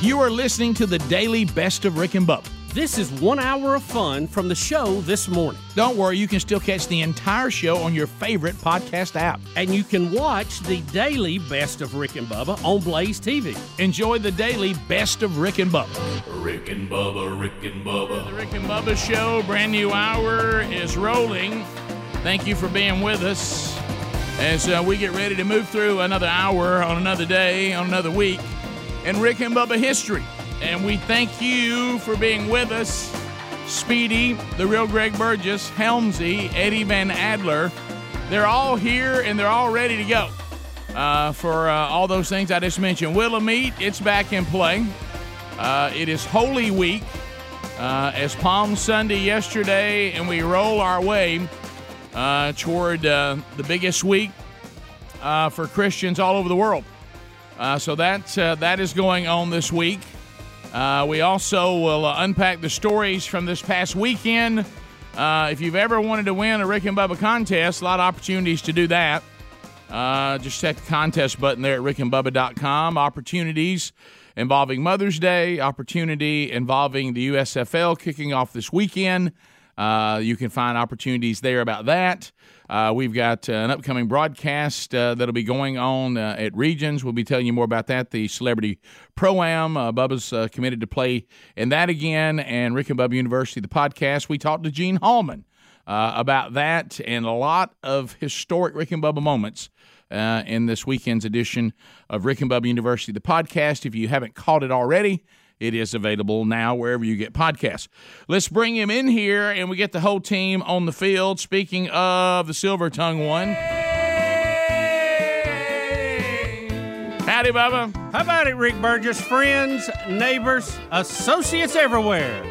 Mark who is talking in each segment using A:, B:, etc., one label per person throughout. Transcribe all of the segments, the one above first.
A: You are listening to the daily best of Rick and Bubba.
B: This is one hour of fun from the show this morning.
A: Don't worry, you can still catch the entire show on your favorite podcast app.
B: And you can watch the daily Best of Rick and Bubba on Blaze TV.
A: Enjoy the daily best of Rick and Bubba.
C: Rick and Bubba, Rick and
A: The
C: Bubba,
A: Rick and Bubba Show, brand new hour is rolling. Thank you for being with us as uh, we get ready to move through another hour on another day, on another week in Rick and Bubba history. And we thank you for being with us. Speedy, the real Greg Burgess, Helmsy, Eddie Van Adler. They're all here and they're all ready to go uh, for uh, all those things I just mentioned. Willamette, it's back in play. Uh, it is Holy Week uh, as Palm Sunday yesterday, and we roll our way uh, toward uh, the biggest week uh, for Christians all over the world. Uh, so that uh, that is going on this week. Uh, we also will uh, unpack the stories from this past weekend. Uh, if you've ever wanted to win a Rick and Bubba contest, a lot of opportunities to do that. Uh, just check the contest button there at rickandbubba.com. Opportunities involving Mother's Day, opportunity involving the USFL kicking off this weekend. Uh, you can find opportunities there about that. Uh, we've got uh, an upcoming broadcast uh, that'll be going on uh, at Regions. We'll be telling you more about that. The Celebrity Pro Am. Uh, Bubba's uh, committed to play in that again. And Rick and Bubba University, the podcast. We talked to Gene Hallman uh, about that and a lot of historic Rick and Bubba moments uh, in this weekend's edition of Rick and Bubba University, the podcast. If you haven't caught it already, it is available now wherever you get podcasts. Let's bring him in here and we get the whole team on the field. Speaking of the Silver Tongue one. Howdy, Bubba.
B: How about it, Rick Burgess? Friends, neighbors, associates everywhere.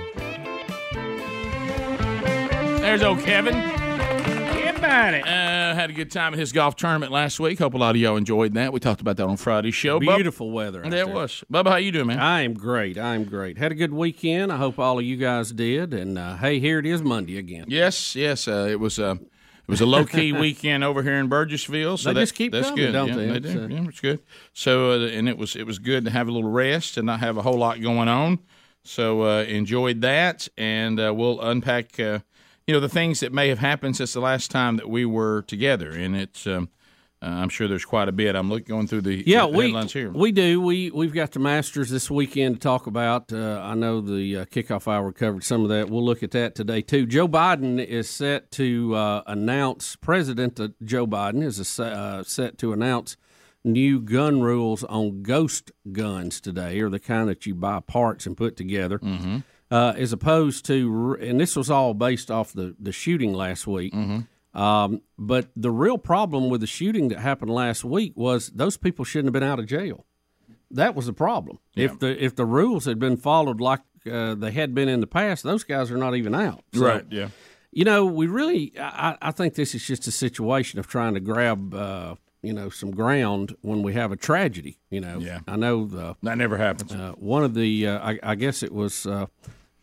A: There's old Kevin.
B: How about it?
A: Uh, had a good time at his golf tournament last week. Hope a lot of y'all enjoyed that. We talked about that on Friday's show. Bub-
B: Beautiful weather. out
A: Yeah, it
B: there.
A: was. Bubba, how you doing, man?
B: I am great. I am great. Had a good weekend. I hope all of you guys did. And uh, hey, here it is Monday again.
A: yes, yes. Uh, it was. Uh, it was a low key weekend over here in Burgessville. So
B: They
A: that-
B: just keep
A: that's
B: coming,
A: good.
B: don't
A: yeah,
B: they?
A: do.
B: It's, uh,
A: yeah, it's good. So uh, and it was it was good to have a little rest and not have a whole lot going on. So uh, enjoyed that, and uh, we'll unpack uh, you know the things that may have happened since the last time that we were together. And it's um, uh, I'm sure there's quite a bit. I'm looking going through the
B: Yeah,
A: the
B: we
A: headlines here.
B: we do. We we've got the Masters this weekend to talk about. Uh, I know the uh, kickoff hour covered some of that. We'll look at that today too. Joe Biden is set to uh, announce. President uh, Joe Biden is uh, set to announce new gun rules on ghost guns today, or the kind that you buy parts and put together.
A: Mm-hmm.
B: Uh, as opposed to, and this was all based off the, the shooting last week. Um, but the real problem with the shooting that happened last week was those people shouldn't have been out of jail. That was the problem. If the if the rules had been followed like uh, they had been in the past, those guys are not even out. So,
A: Yeah.
B: You know, we really. I, I- I think this is just a situation of trying to grab. Uh, you know, some ground when we have a tragedy. You know,
A: Yeah.
B: I know the
A: That never happens.
B: uh, one of the uh, I, I guess it was uh,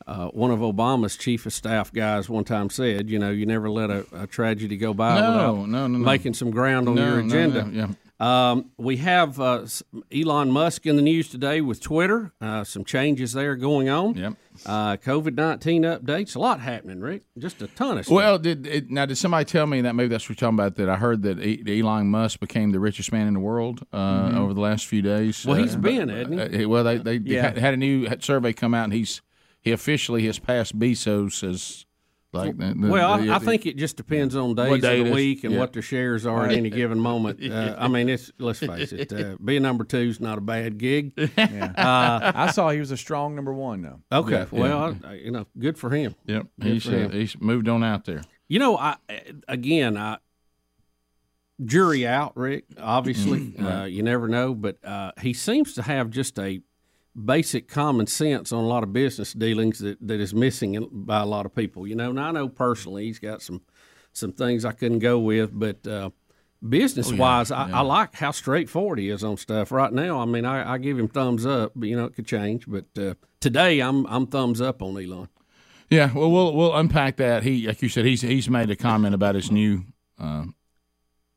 B: uh, one of Obama's chief of staff guys one time said, you know, you never let a, a tragedy go by
A: No,
B: without
A: no, no, no.
B: making some ground on
A: No,
B: your
A: no,
B: agenda.
A: no, yeah.
B: Um, we have uh, s- Elon Musk in the news today with Twitter. Uh, some changes there going on.
A: Yep.
B: Uh, COVID nineteen updates. A lot happening, Rick. Just a ton of stuff.
A: Well, did it, now did somebody tell me that maybe that's what you're talking about? That I heard that E- Elon Musk became the richest man in the world uh, over the last few days.
B: Mm-hmm. Well,
A: Uh,
B: he's been, hasn't he?
A: uh, well, they they had, had a new survey come out, and he's he officially has passed Bezos as like. The, the-
B: Well,
A: the-
B: I, I think it just depends on days
A: day
B: of
A: it
B: the
A: is.
B: week and
A: Yeah.
B: what their shares are at any given moment. Uh, I mean, it's let's face it, uh, being number two is not a bad gig. Uh,
D: I saw he was a strong number one though.
B: Okay, well, I, I- you know, good for him.
A: Yep, he's, uh, he's moved on out there.
B: You know, I again, I eh, jury out, Rick. Obviously, uh, you never know, but uh, he seems to have just a basic common sense on a lot of business dealings that, that is missing in- by a lot of people. You know, and I know personally he's got some some things I couldn't go with, but uh, business wise, I, I like how straightforward he is on stuff. Right now, I mean, I, I give him thumbs up, but you know, it could change. But uh, today, I'm I'm thumbs up on Elon.
A: Yeah, well, we'll we'll unpack that. He, like you said, he's he's made a comment about his new, uh,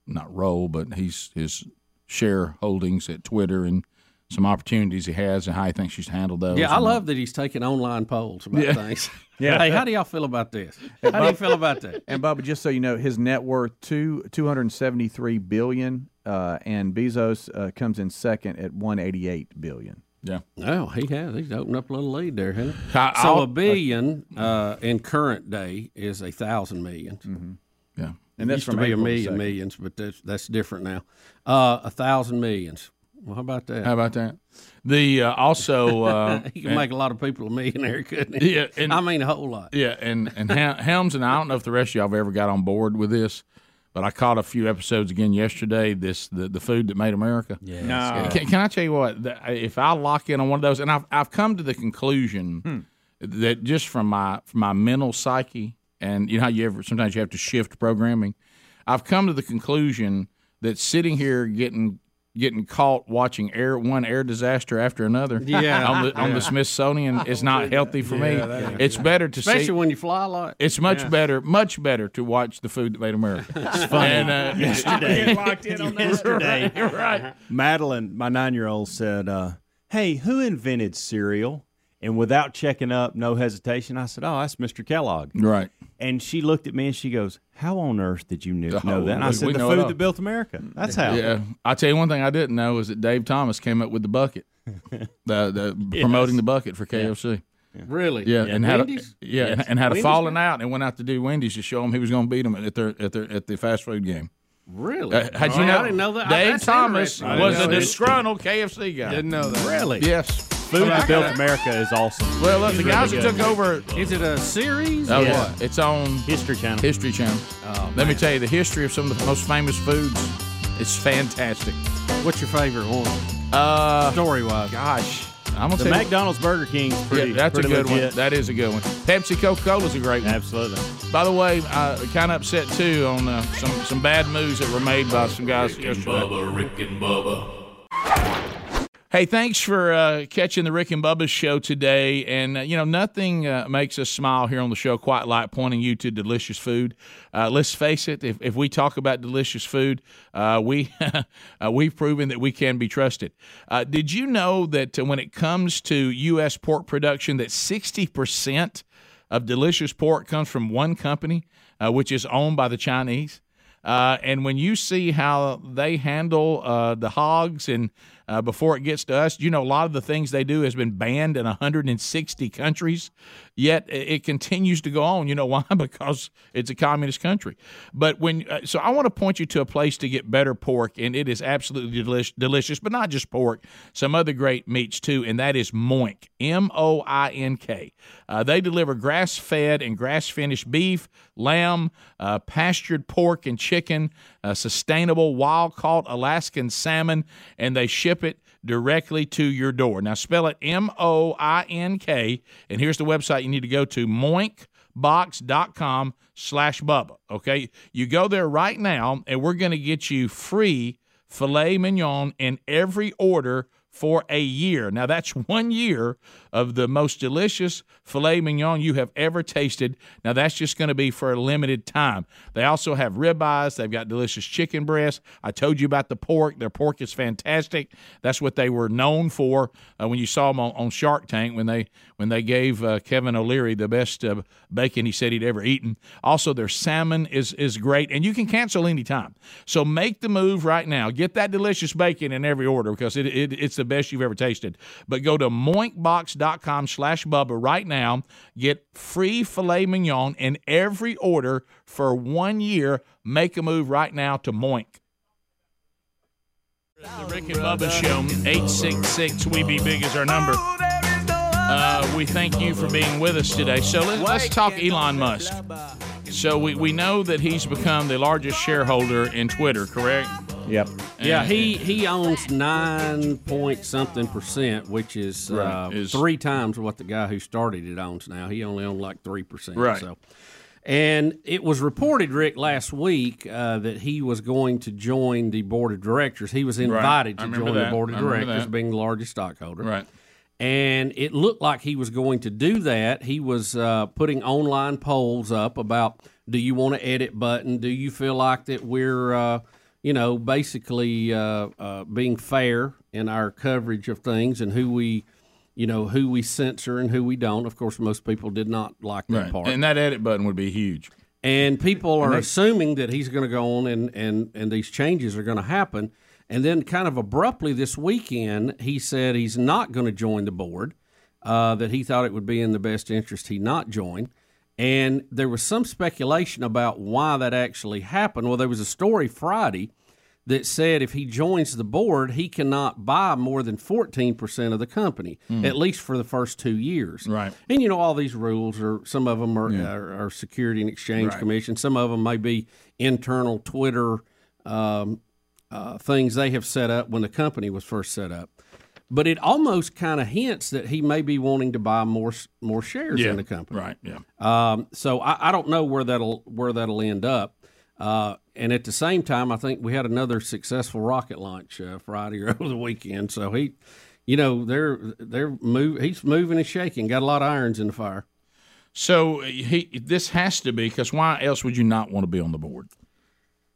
A: not role, but he's his share holdings at Twitter and some opportunities he has and how he thinks he's handled those.
B: Yeah, I
A: And- uh,
B: love that he's taking online polls about
A: Yeah.
B: things. Yeah. Hey, how do y'all feel about this? How do you feel about that?
D: And Bubba, just so you know, his net worth two two hundred seventy three billion, uh, and Bezos uh, comes in second at one eighty eight billion.
A: Yeah,
B: No, he has. He's opened up a little lead there, huh?
A: I-
B: so
A: I'll-
B: a billion uh, in current day is a thousand million.
A: yeah.
D: And that's
B: Used to
D: from
B: be a
D: April the
B: million
D: second.
B: millions, but that's that's different now. Uh, a thousand millions. Well, how about that?
A: How about that? The uh, also, uh,
B: He could make a lot of people a millionaire, couldn't he?
A: yeah, and
B: I mean, a whole lot.
A: Yeah, and and Hel- Helms and I don't know if the rest of y'all have ever got on board with this, but I caught a few episodes again yesterday. This the the food that made America. Yeah. Can, can I tell you what? the- If I lock in on one of those, and I've I've come to the conclusion
B: Hmm.
A: that just from my from my mental psyche, and you know how you ever sometimes you have to shift programming. I've come to the conclusion that sitting here getting getting caught watching air one air disaster after another
B: Yeah. Oh,
A: on the on the Smithsonian is not healthy for me. It's better to
B: Especially
A: see
B: when you fly a lot.
A: it's much better, much better to watch the food that made America. It's funny. And, uh,
E: yesterday. Uh-huh. Madeline, my nine year old, said, uh, Hey, who invented cereal? And without checking up, no hesitation, I said, Oh, that's Mr. Kellogg.
A: right.
E: And she looked at me and she goes, How on earth did you knew,
A: Oh,
E: know that? And I
A: we- we
E: said, The
A: know it all."
E: food that built America. That's how.
A: Yeah. I tell you one thing I didn't know is that Dave Thomas came up with the bucket, the, the promoting the bucket for KFC.
B: Really?
A: Yeah, and Uh, had a,
B: Wendy's?
A: yeah, and, and had a falling out and went out to do Wendy's to show him he was going to beat him at their at their at the fast food game.
B: Really?
A: Uh, had you
B: Oh,
A: know,
B: I didn't know that. Oh,
A: Dave
B: that's
A: Thomas
B: interesting.
A: was
B: I
A: a
B: didn't know that.
A: disgruntled KFC guy.
F: Didn't know that.
B: Really?
A: Yes.
E: Food that built America is awesome.
A: Well, look, the guys who took over.
B: Is it a series?
A: Oh,
E: Yeah.
A: what? It's on
E: History Channel.
A: History Channel.
B: Oh,
A: Let me tell you the history of some of the most famous foods. It's fantastic.
B: What's your favorite one?
A: Uh,
B: Story wise.
A: gosh, I'm gonna
E: The
A: tell you-
E: McDonald's Burger King's
A: Yeah,
E: pretty,
A: that's a
E: pretty
A: good
E: legit.
A: one. That is a good one. Pepsi Coca Cola's a great one.
E: Absolutely.
A: By the way, I kind of upset too on uh, some some bad moves that were made by some guys yesterday.
C: Bubba, Rick and Bubba.
A: Hey, thanks for uh, catching the Rick and Bubba show today. And, uh, you know, nothing uh, makes us smile here on the show quite like pointing you to delicious food. Uh, let's face it, if, if we talk about delicious food, uh, we, uh, we've proven that we can be trusted. Uh, did you know that uh, when it comes to U.S. pork production, that 60% of delicious pork comes from one company, uh, which is owned by the Chinese? Uh, and when you see how they handle uh, the hogs and uh, before it gets to us, you know, a lot of the things they do has been banned in 160 countries, yet i- it continues to go on. You know why? Because it's a communist country. But when, uh, so I want to point you to a place to get better pork, and it is absolutely delish- delicious, but not just pork, some other great meats too, and that is Moink, M O I N K. Uh, they deliver grass fed and grass finished beef, lamb, uh, pastured pork and chicken, uh, sustainable wild caught Alaskan salmon, and they ship it directly to your door. Now, spell it M O I N K, and here's the website you need to go to moinkbox.com slash Bubba. Okay, you go there right now, and we're going to get you free filet mignon in every order for a year. Now, that's one year of the most delicious filet mignon you have ever tasted. Now, that's just going to be for a limited time. They also have ribeyes. They've got delicious chicken breasts. I told you about the pork. Their pork is fantastic. That's what they were known for uh, when you saw them on, on Shark Tank when they when they gave uh, Kevin O'Leary the best uh, bacon he said he'd ever eaten. Also, their salmon is is great, and you can cancel anytime. So make the move right now. Get that delicious bacon in every order because it, it it's the best you've ever tasted. But go to moinkbox.com slash Bubba right now. Get free filet mignon in every order for one year. Make a move right now to Moink. The Rick and Bubba Show, 866 We Be Big is our number. Uh, we thank you for being with us today. So let, let's talk Elon Musk. So we, we know that he's become the largest shareholder in Twitter, correct?
D: Yep.
B: Yeah, he, he owns nine point something percent, which is, uh,
A: Right, is-
B: three times what the guy who started it owns now. He only owned like three percent.
A: Right.
B: So, and it was reported, Rick, last week uh, that he was going to join the board of directors. He was invited
A: I
B: to
A: remember
B: join
A: that.
B: the board of
A: I remember
B: directors,
A: that.
B: being the largest stockholder.
A: Right.
B: and it looked like he was going to do that. He was uh, putting online polls up about do you want an edit button? Do you feel like that we're, uh, you know, basically uh, uh, being fair in our coverage of things and who we, you know, who we censor and who we don't. Of course, most people did not like that part.
A: And that edit button would be huge.
B: And people are assuming that he's going to go on and, and, and these changes are going to happen. And then, kind of abruptly this weekend, he said he's not going to join the board, uh, that he thought it would be in the best interest he not join. And there was some speculation about why that actually happened. Well, there was a story Friday that said if he joins the board, he cannot buy more than 14% of the company, at least for the first two years.
A: Hmm. Right.
B: And you know, all these rules are some of them are, uh, are, are Security and Exchange Commission, some of them may be internal Twitter um, uh, things they have set up when the company was first set up. But it almost kind of hints that he may be wanting to buy more s- more shares in the company.
A: Right. Yeah.
B: Um, so I, I don't know where that'll where that'll end up. Uh, and at the same time, I think we had another successful rocket launch uh, Friday or over the weekend. So he, you know, they're they're move. He's moving and shaking. Got a lot of irons in the fire.
A: So uh, he this has to be because why else would you not want to be on the board?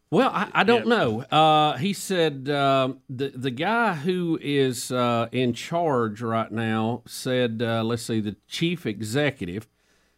B: Well, I, I don't know. Uh, he said um the the guy who is uh, in charge right now said, uh, let's see, the chief executive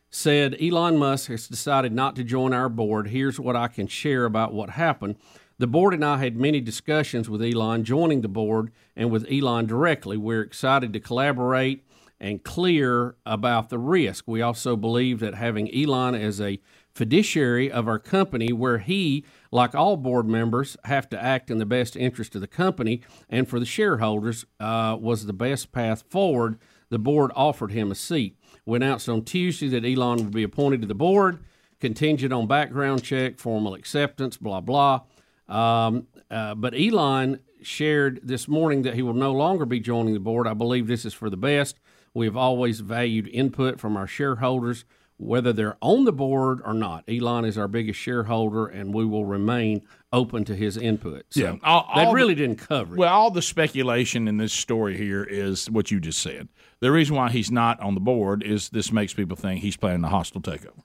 B: said Elon Musk has decided not to join our board. Here's what I can share about what happened. The board and I had many discussions with Elon joining the board and with Elon directly. We're excited to collaborate and clear about the risk. We also believe that having Elon as a fiduciary of our company, where he, like all board members, have to act in the best interest of the company and for the shareholders, uh, was the best path forward. The board offered him a seat. We announced on Tuesday that Elon would be appointed to the board, contingent on background check, formal acceptance, blah, blah. Um, uh, but Elon shared this morning that he will no longer be joining the board. I believe this is for the best. We have always valued input from our shareholders, whether they're on the board or not. Elon is our biggest shareholder, and we will remain open to his input. So
A: Yeah. All-
B: that
A: all the-
B: really didn't cover it.
A: Well, all the speculation in this story here is what you just said. The reason why he's not on the board is this makes people think he's planning a hostile takeover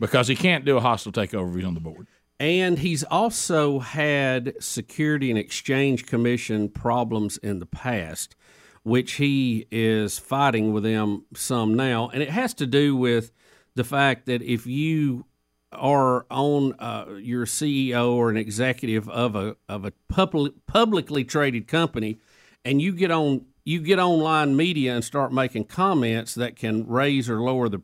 A: because he can't do a hostile takeover if he's on the board.
B: And he's also had Security and Exchange Commission problems in the past, which he is fighting with them some now. And it has to do with the fact that if you are on uh, your CEO or an executive of a of a public, publicly traded company, and you get on you get online media and start making comments that can raise or lower the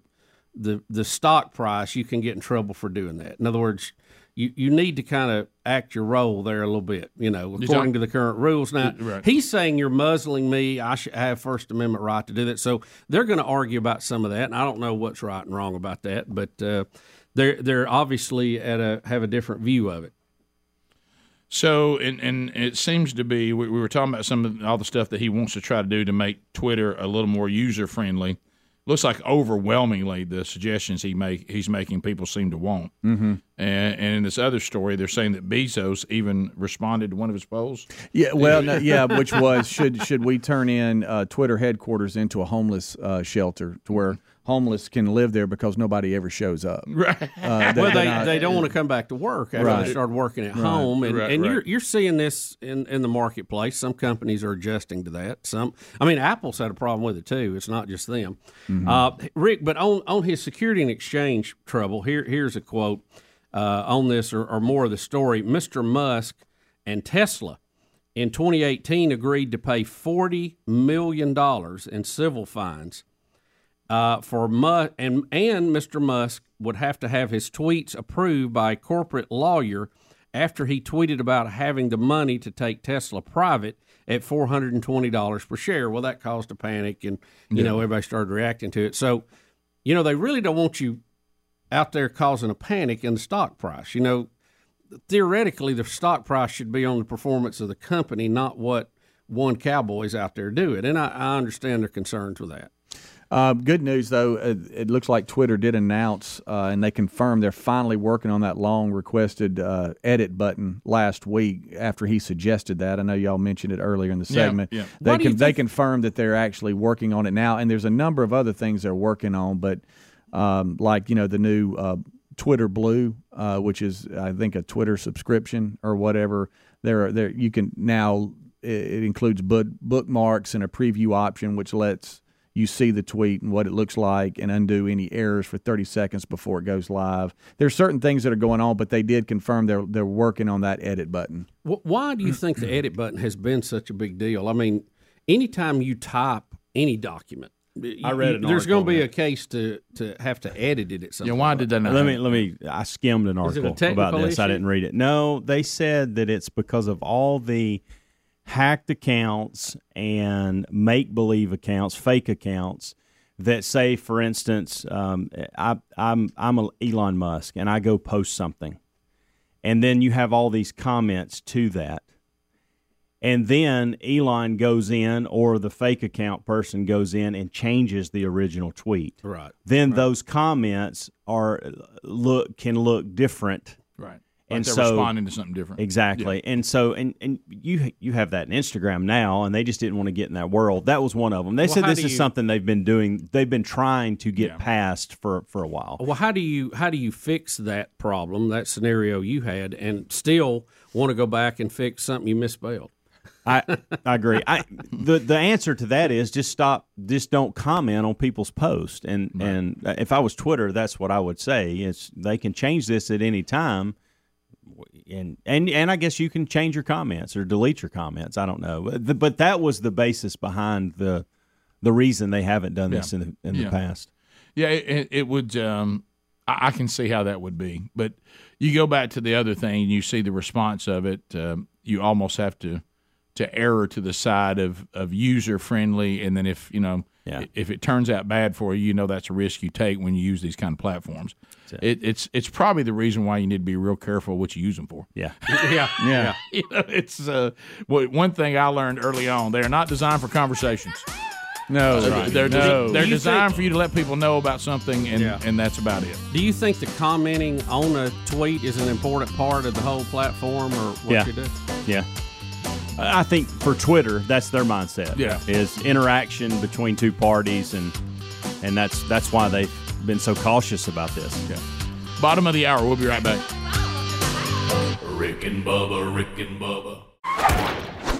B: the the stock price, you can get in trouble for doing that. In other words, you, you need to kind of act your role there a little bit, you know, according to the current rules. Now he's saying you're muzzling me. I should have First Amendment right to do that. So they're going to argue about some of that, and I don't know what's right and wrong about that, but uh, they're they're obviously at a have a different view of it.
A: So, and and it seems to be we, we were talking about some of all the stuff that he wants to try to do to make Twitter a little more user friendly. Looks like overwhelmingly the suggestions he make he's making people seem to want. Mm-hmm. And, and in this other story, they're saying that Bezos even responded to one of his polls.
D: Yeah. Well, no, yeah. Which was should should we turn in uh, Twitter headquarters into a homeless uh, shelter to where homeless can live there because nobody ever shows up.
A: Right.
D: Uh,
B: Well, they,
D: not-
B: they don't want to come back to work after
D: Right.
B: they start working at home, and,
A: Right,
B: and
A: right.
B: you're you're seeing this in, in the marketplace. Some companies are adjusting to that. Some, I mean, Apple's had a problem with it too. It's not just them, uh, Rick. But on on his security and exchange trouble, here here's a quote uh, on this or, or more of the story. Mr. Musk and Tesla in 2018 agreed to pay 40 million dollars in civil fines uh, for Mu- and and Mr. Musk would have to have his tweets approved by a corporate lawyer after he tweeted about having the money to take Tesla private at four hundred and twenty dollars per share. Well, that caused a panic, and you know everybody started reacting to it. So, you know they really don't want you out there causing a panic in the stock price. You know, theoretically, the stock price should be on the performance of the company, not what one cowboy's out there doing. And I, I understand their concerns with that.
D: Uh, good news, though, uh, it looks like Twitter did announce uh, and they confirmed they're finally working on that long requested uh, edit button last week after he suggested that. I know y'all mentioned it earlier in the
A: Yeah,
D: segment.
A: yeah.
D: They,
B: Why do you
D: con- they
B: think-
D: confirmed that they're actually working on it now, and there's a number of other things they're working on, but um, like, you know, the new uh, Twitter Blue, uh, which is, I think, a Twitter subscription or whatever. There, are, there you can now, it, it includes book, bookmarks and a preview option, which lets you see the tweet and what it looks like and undo any errors for 30 seconds before it goes live. There's certain things that are going on, but they did confirm they're they're working on that edit button.
B: Wh- Why do you think
E: Mm-hmm.
B: the edit button has been such a big deal? I mean, anytime you type any document,
E: I read an
B: there's
E: article
B: going to be
E: on
B: a case to to have to edit it at some
A: Yeah,
B: point.
A: why did they not?
E: Let me let me. I skimmed an
B: Is it
E: article
B: a
E: about
B: technical
E: this. I
B: issue?
E: didn't read it. No, they said that it's because of all the hacked accounts and make believe accounts, fake accounts that say, for instance, um, I, I'm I'm a Elon Musk and I go post something, and then you have all these comments to that. And then Elon goes in, or the fake account person goes in and changes the original tweet
B: Right.
E: then those comments are look can look different
A: Right.
E: And
A: And they're
E: so-
A: responding to something different.
E: exactly and so and and you you have that in instagram now and they just didn't want to get in that world that was one of them they said
B: how
E: this
B: do
E: is
B: you-
E: something they've been doing they've been trying to get
A: Yeah.
E: past for for a while
B: Well, how do you how do you fix that problem, that scenario you had, and still want to go back and fix something you misspelled?
E: i i agree i the the answer to that is just stop just don't comment on people's posts and and if i was twitter that's what i would say is they can change this at any time and and and I guess you can change your comments or delete your comments. I don't know, but, the, but that was the basis behind the the reason they haven't done this in the in
A: Yeah.
E: the past.
A: Yeah, it, it- it would. Um, I, I can see how that would be, but you go back to the other thing, and you see the response of it. Um, you almost have to to error to the side of of user friendly, and then if you know.
E: Yeah.
A: If it turns out bad for you, you know that's a risk you take when you use these kind of platforms. It, it's it's probably the reason why you need to be real careful what you use them for.
E: Yeah,
B: yeah,
D: Yeah.
A: You know, it's uh, well, one thing I learned early on: they are not designed for conversations.
D: No,
A: They're des- they're
B: Do you
A: designed
B: think-
A: for you to let people know about something, and
B: Yeah.
A: and that's about it.
B: Do you think the commenting on a tweet is an important part of the whole platform, or what
E: Yeah.
B: you do?
E: yeah. I I think for Twitter, that's their mindset.
A: Yeah.
E: is interaction between two parties, and and that's that's why they've been so cautious about this.
A: Yeah. Bottom of the hour. We'll be right back.
C: Rick and Bubba, Rick and Bubba.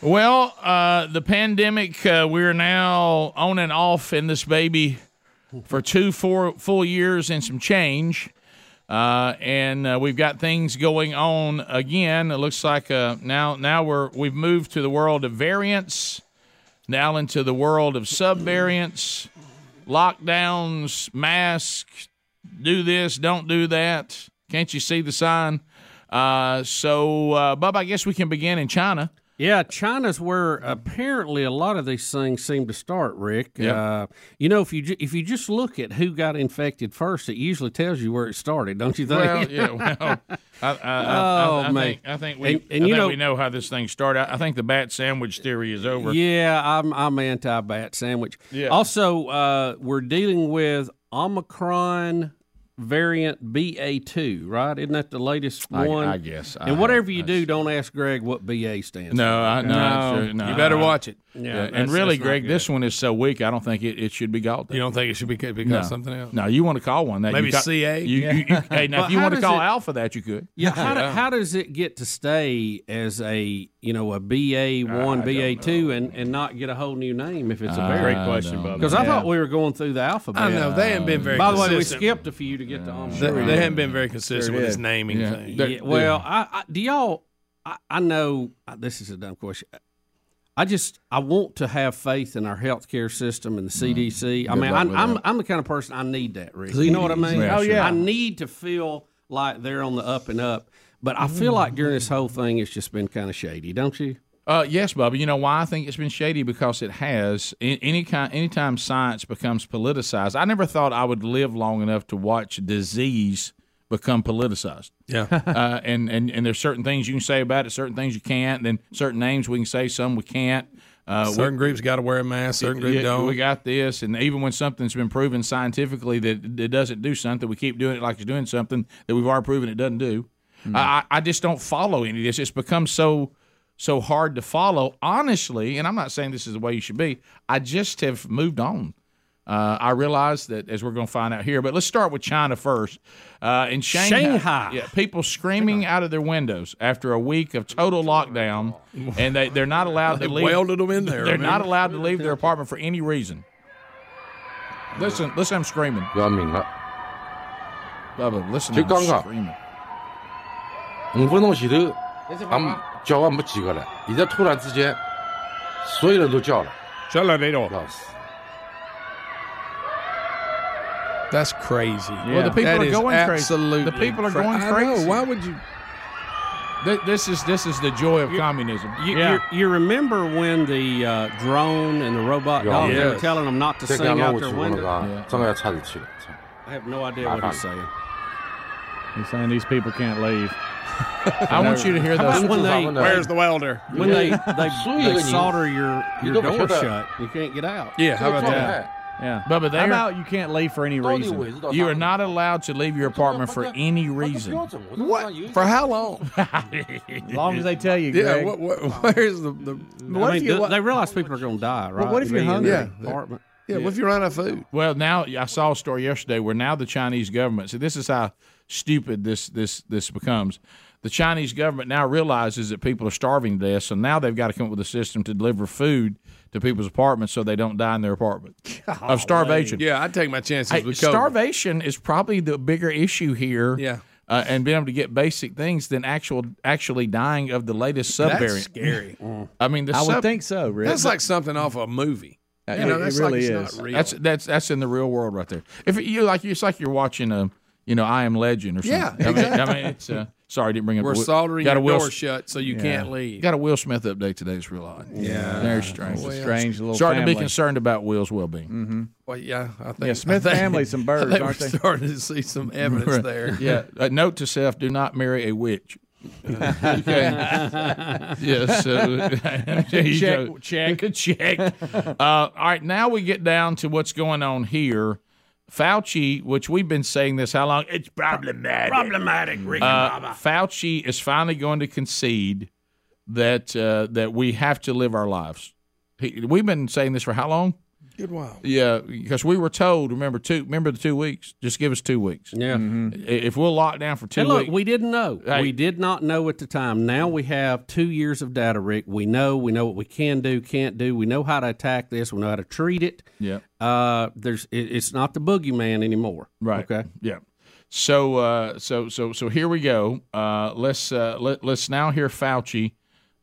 A: Well, uh, the pandemic, uh, we're now on and off in this baby for two four, full years and some change. Uh, and uh, we've got things going on again. It looks like uh, now now we're we've moved to the world of variants, now into the world of subvariants, lockdowns, masks, do this, don't do that. Can't you see the sign? Uh, so, uh, Bub, I guess we can begin in China.
B: Yeah, China's where apparently a lot of these things seem to start, Rick.
A: Yeah.
B: Uh, you know, if you ju- if you just look at who got infected first, it usually tells you where it started, don't you think?
A: Well, yeah. Well, I, I,
B: Oh,
A: I, I,
B: man.
A: think, I think we,
B: And-
A: I
B: and you
A: think
B: know-
A: we know how this thing started. I, I think the bat sandwich theory is over.
B: Yeah, I'm I'm anti bat sandwich.
A: Yeah.
B: Also, uh, we're dealing with Omicron variant BA two, right? Isn't that the latest
A: I-
B: one?
A: I guess. I-
B: And whatever you do, don't ask Greg what BA stands.
A: No, I, no,
F: No,
A: it's, uh, no,
F: you better
A: I-
F: watch it.
A: Yeah, and
F: that's-
A: really,
F: that's not
A: Greg,
F: good.
A: this one is so weak. I don't think it, it should be called. That.
F: You don't think it should be because
A: No.
F: something else?
A: No, you want to call one that.
F: Maybe
A: you got-
F: CA?
A: You, you, you, hey, now
B: Well,
A: if you
B: how
A: want to
B: does
A: call
B: it-
A: Alpha that, you could.
B: Yeah, how, do, how does it get to stay as a you know a BA one BA two and, and not get a whole new name if
A: Ah.
B: it's a
E: Great
B: variant?
E: question, Bubba.
B: Because I thought we were going through the alphabet.
F: I know they haven't been very.
B: By the way, we
F: consistent.
B: skipped a few to get to Omicron.
F: They, they haven't been very consistent with this naming
A: Yeah.
F: thing.
A: They're-
B: Yeah, well, I, I do y'all. I, I know uh, this is a dumb question. I just I want to have faith in our healthcare system and the CDC. I mean, I'm, I'm I'm the kind of person I need that, Rick. You know what I mean?
A: Yeah, Oh, sure. yeah.
B: I need to feel like they're on the up and up. But I feel like during this whole thing, it's just been kind of shady, don't you?
A: Uh, yes, Bubba. You know why I think it's been shady because it has a- any kind. Anytime science becomes politicized, I never thought I would live long enough to watch disease become politicized.
F: Yeah.
A: uh, and and and there's certain things you can say about it, certain things you can't. And then certain names we can say, some we can't. Uh, we-
F: certain groups got to wear a mask. Certain groups
A: yeah,
F: don't.
A: we got this, and even when something's been proven scientifically that it doesn't do something, we keep doing it like it's doing something that we've already proven it doesn't do. I, I I just don't follow any of this. It's become so so hard to follow, honestly. And I'm not saying this is the way you should be. I just have moved on. Uh, I realize that as we're going to find out here, but let's start with China first. Uh, in Shanghai,
B: Shanghai.
A: Yeah, people screaming out of their windows after a week of total lockdown, and they, they're not allowed to leave.
F: Welded them in there.
A: They're
F: man.
A: not allowed to leave their apartment for any reason. Listen, listen, I'm screaming.
G: 人民啊，
A: Bubba, listen,
G: Keep going
A: I'm
G: up.
A: screaming.
G: 五分钟前头，俺们叫唤没几个了，现在突然之间，所有人都叫了，
F: Shut up, they don't.
G: 老师。
F: That's crazy.
A: Well, the people
F: That
A: are
F: is
A: going crazy.
F: absolutely
A: The people are
F: cra-
A: going
F: I know.
A: crazy.
F: Why would you?
A: Th- This is this is the joy of communism.
B: You,
A: Yeah.
B: you, you remember when the uh, drone and the robot
G: Yeah.
B: dog they were
F: Yes.
B: telling them not to
G: 再
B: sing
G: 讲让
B: out
G: 我
B: their
G: 去，我那
B: window?
G: 个真的要差点去了，操！
B: I have no idea what he's saying.
D: He's saying these people can't leave.
A: I want you to hear
B: How
A: those.
B: about when they
G: Where's
F: Where's the welder?
B: when they
G: So
B: they,
G: you
B: they
G: can-
B: solder your
G: you
B: your
G: don't
B: door
G: shut up.
B: shut, you can't get out.
F: Yeah.
G: How
F: How about that?
D: Yeah.
A: Bubba, they
D: How
A: are,
D: about you can't leave for any
G: 到底我也
D: reason?
G: 知道他们，
A: you are not allowed to leave your
G: 我这
A: apartment
G: 不
A: for
G: 是
A: any
G: 我这不
A: reason.
G: 标准我这不算有一
F: For how long?
D: As long as they tell you,
F: Yeah.
D: Greg.
F: What, what, where's the the?
B: I
F: What
B: mean,
F: if you?
B: th-
F: What,
B: they realize people are going to die, right?
D: what if
B: You
D: you're
B: mean, in
D: hungry?
B: their
F: Yeah.
B: Apartment.
F: yeah. What if you run out of food?
A: Well, now I saw a story yesterday where now the Chinese government. So this is how stupid this this this becomes. The Chinese government now realizes that people are starving to death, so now they've got to come up with a system to deliver food to people's apartments so they don't die in their apartment of starvation.
F: Yeah, I'd take my chances
A: Hey,
F: with COVID.
A: starvation is probably the bigger issue here.
F: Yeah.
A: Uh, and being able to get basic things than actual actually dying of the latest
F: That's
A: subvariant.
F: scary.
A: I mean, the
D: I would
A: sub-
D: think so, Rick.
F: That's like something off a movie.
D: Yeah,
F: you know,
D: it
F: that's
D: really
F: like it's
D: is.
F: not real.
A: That's that's that's in the real world right there. If you like, it's like you're watching a, you know, I Am Legend or something.
F: Yeah,
A: I mean- I mean,
F: exactly.
A: it's uh, sorry, didn't bring up.
F: We're
A: a Will-
F: soldering
A: got
F: your
A: a Will,
F: door shut so you can't leave.
A: Got a Will Smith update today. It's real odd. Yeah, very strange.
D: It's a strange little
A: Starting
D: family.
A: to be concerned about Will's well-being.
F: Well, yeah, I think
D: Yeah, Smith
F: I think-
D: family, some
F: I
D: birds,
F: think
D: aren't
F: we're
D: they?
F: starting to see some evidence there.
A: Yeah. Uh, note to self: Do not marry a witch. okay. yes. Uh, check. Check. check. Uh, all right. Now we get down to what's going on here. Fauci, which we've been saying this how long? It's problematic.
B: Problematic, Rick.
A: Uh, Fauci is finally going to concede that uh, that we have to live our lives. He, we've been saying this for how long?
F: Good wow.
A: Yeah, because we were told. Remember two. Remember the two weeks. Just give us two weeks.
B: yeah. Mm-hmm.
A: I- If we'll lock down for two
B: And look,
A: weeks,
B: we didn't know.
A: Hey.
B: We did not know at the time. Now we have two years of data, Rick. We know. We know what we can do, can't do. We know how to attack this. We know how to treat it.
A: yeah,
B: Uh, there's. It, it's not the boogeyman anymore.
A: right,
B: Okay.
A: yeah. So, uh, so, so, so here we go. Uh, let's uh, let, let's now hear Fauci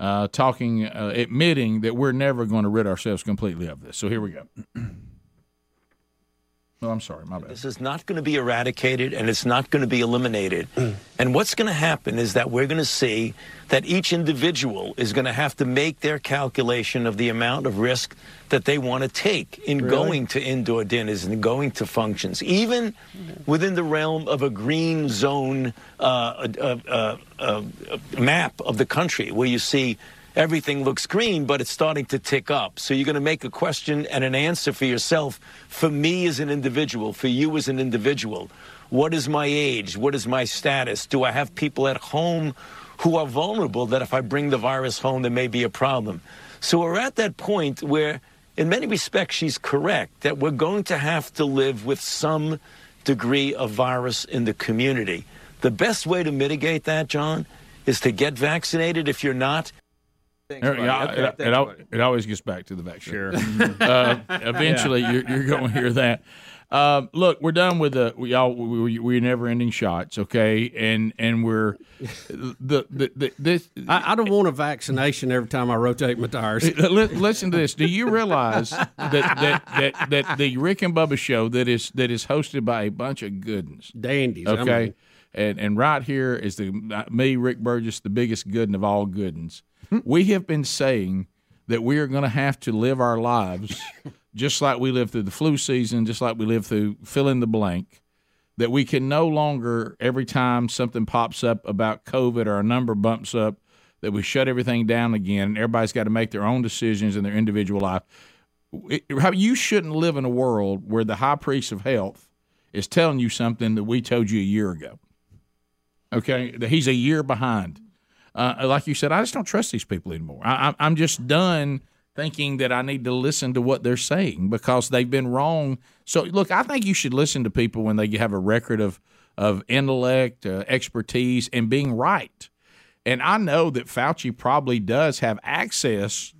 A: uh, talking, uh, admitting that we're never going to rid ourselves completely of this. So here we go. oh, I'm sorry, my bad.
H: This is not going to be eradicated and it's not going to be eliminated. And what's going to happen is that we're going to see that each individual is going to have to make their calculation of the amount of risk that they want to take in going to indoor dinners and going to functions, even within the realm of a green zone uh, uh, uh, uh, uh, map of the country where you see everything looks green, but it's starting to tick up. So you're going to make a question and an answer for yourself, for me as an individual, for you as an individual. What is my age? What is my status? Do I have people at home who are vulnerable that if I bring the virus home, there may be a problem? So we're at that point where, in many respects, she's correct that we're going to have to live with some degree of virus in the community. The best way to mitigate that, John, is to get vaccinated if you're not.
A: There- yeah, it, it, al- it always gets back to the vaccine. Sure. uh, eventually, you're, you're going to hear that. Uh, look, we're done with the we all we, we, we're never ending shots, okay? And and we're the the, the this.
B: I, I don't want a vaccination every time I rotate my tires.
A: Li- Listen to this. Do you realize that, that that that the Rick and Bubba show that is that is hosted by a bunch of goodens?
B: Dandies. I
A: Okay.
B: mean,
A: and and right here is the uh, me Rick Burgess, the biggest gooden of all goodens. we have been saying that we are going to have to live our lives just like we lived through the flu season, just like we lived through fill in the blank. That we can no longer every time something pops up about COVID or a number bumps up, that we shut everything down again, and everybody's got to make their own decisions in their individual life. It- how- you shouldn't live in a world where the high priest of health is telling you something that we told you a year ago. Okay, that he's a year behind. Uh, like you said, I just don't trust these people anymore. I, I, I'm just done thinking that I need to listen to what they're saying because they've been wrong. So, look, I think you should listen to people when they have a record of of intellect, uh, expertise, and being right. And I know that Fauci probably does have access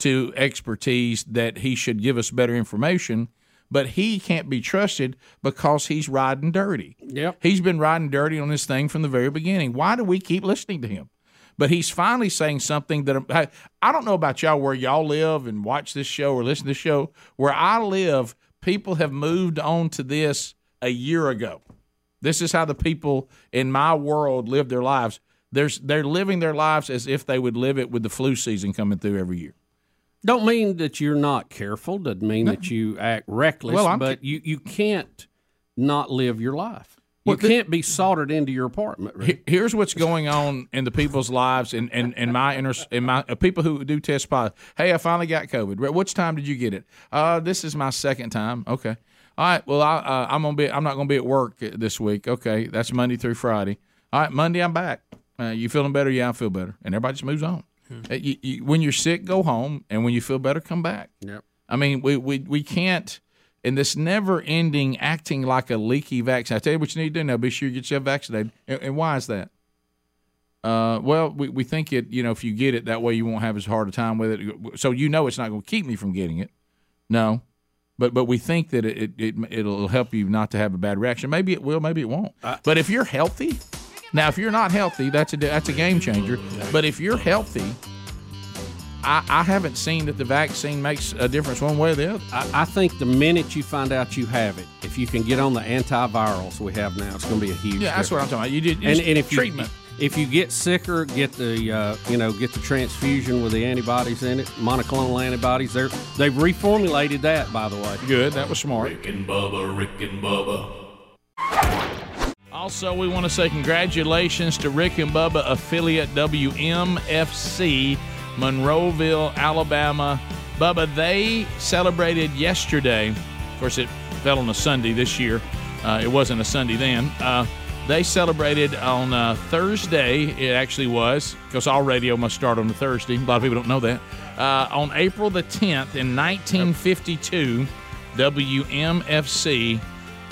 A: to expertise that he should give us better information, but he can't be trusted because he's riding dirty.
B: Yep.
A: He's been riding dirty on this thing from the very beginning. Why do we keep listening to him? But he's finally saying something that I, I don't know about y'all where y'all live and watch this show or listen to this show. Where I live, people have moved on to this a year ago. This is how the people in my world live their lives. There's, they're living their lives as if they would live it with the flu season coming through every year.
B: Don't mean that you're not careful. Doesn't mean that you act reckless.
A: Well, I'm-
B: but you, you can't not live your life.
A: Well,
B: you
A: the-
B: can't be soldered into your apartment. Rick.
A: He- Here's what's going on in the people's lives and and and my inner in my uh, people who do test positive. Hey, I finally got COVID. Re- Which time did you get it? Uh, this is my second time. Okay. All right. Well, I uh, I'm gonna be I'm not gonna be at work uh, this week. Okay, that's Monday through Friday. All right, Monday I'm back. Uh, you feeling better? Yeah, I feel better. And everybody just moves on. Uh, you- you- when you're sick, go home, and when you feel better, come back.
B: Yep.
A: I mean, we we we can't. And this never ending acting like a leaky vaccine. I tell you what you need to do now. Be sure you get yourself vaccinated. And, and why is that? Uh, well, we, we think it. You know, if you get it, that way you won't have as hard a time with it. So you know it's not going to keep me from getting it. No, but but we think that it, it, it it'll help you not to have a bad reaction. Maybe it will. Maybe it won't. but if you're healthy, now if you're not healthy, that's a that's a game changer. But if you're healthy. I, I haven't seen that the vaccine makes a difference one way or the other.
B: I, I think the minute you find out you have it, if you can get on the antivirals we have now, it's going to be a huge.
A: Yeah, that's what I'm
B: difference.
A: talking about. You did
B: And, and if
A: treatment.
B: you if you get sicker, get the uh, you know get the transfusion with the antibodies in it, monoclonal antibodies. They're they've reformulated that by the way.
A: Good, that was smart.
C: Rick and Bubba, Rick and Bubba,
A: Also, we want to say congratulations to Rick and Bubba affiliate WMFC, Monroeville, Alabama. Bubba, they celebrated yesterday. Of course, it fell on a Sunday this year. Uh, it wasn't a Sunday then. Uh, they celebrated on uh, Thursday, it actually was, because all radio must start on a Thursday. A lot of people don't know that. Uh, on April the 10th in 1952, WMFC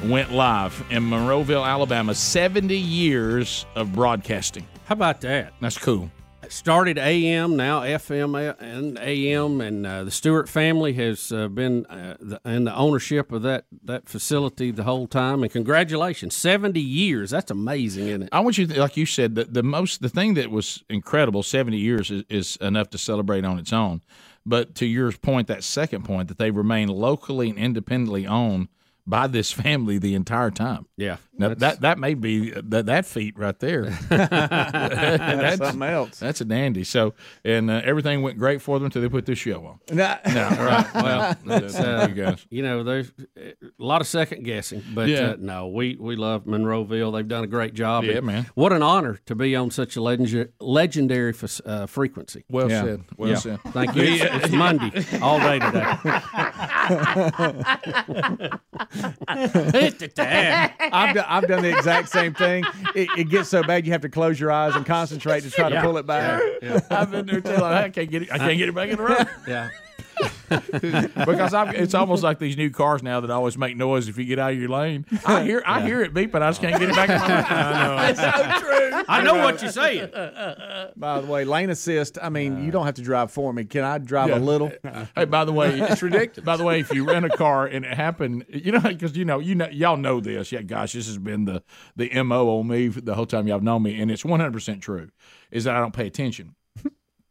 A: went live in Monroeville, Alabama. 70 years of broadcasting.
B: How about that?
A: That's cool.
B: It started AM, now FM and AM, and uh, the Stewart family has uh, been uh, the, in the ownership of that that facility the whole time. And congratulations, seventy years. That's amazing, isn't it?
A: I want you, to, like you said, the, the most, the thing that was incredible, 70 years is, is enough to celebrate on its own. But to your point, that second point, that they remain locally and independently owned by this family the entire time.
B: Yeah.
A: Now, that that may be that that feat right there. that's,
D: something else.
A: that's a dandy. So, and uh, everything went great for them till they put this show on.
D: Nah.
A: No, right. Well, that's,
B: uh,
A: you guys.
B: you know, there's uh, a lot of second guessing, but
A: Yeah.
B: uh, no, we, we love Monroeville. They've done a great job.
A: Yeah,
B: And
A: man.
B: What an honor to be on such a legendary, legendary f- uh, frequency.
A: Well
D: Yeah.
A: said. Well
B: Yeah.
A: said.
B: Thank you. It's, it's Monday all day today. Hit the tab.
D: I've, done, I've done the exact same thing. It, it gets so bad you have to close your eyes and concentrate to try
B: Yeah.
D: to pull it back.
A: I've been there till I, I can't get it. I can't get it back in the road.
B: Yeah.
A: because I've, it's almost like these new cars now that always make noise if you get out of your lane. I hear I hear it beeping. I just can't get it back in my lane.
B: I know what you're saying.
D: By the way, lane assist. I mean,
F: Uh,
D: you don't have to drive for me. Can I drive
A: Yeah.
D: a little?
A: Hey, by the way, it's ridiculous. By the way, if you rent a car and it happened, you know, because you know, you know, y'all know this. Yeah, gosh, this has been the the mo on me the whole time y'all known me, and it's one hundred percent true. Is that I don't pay attention.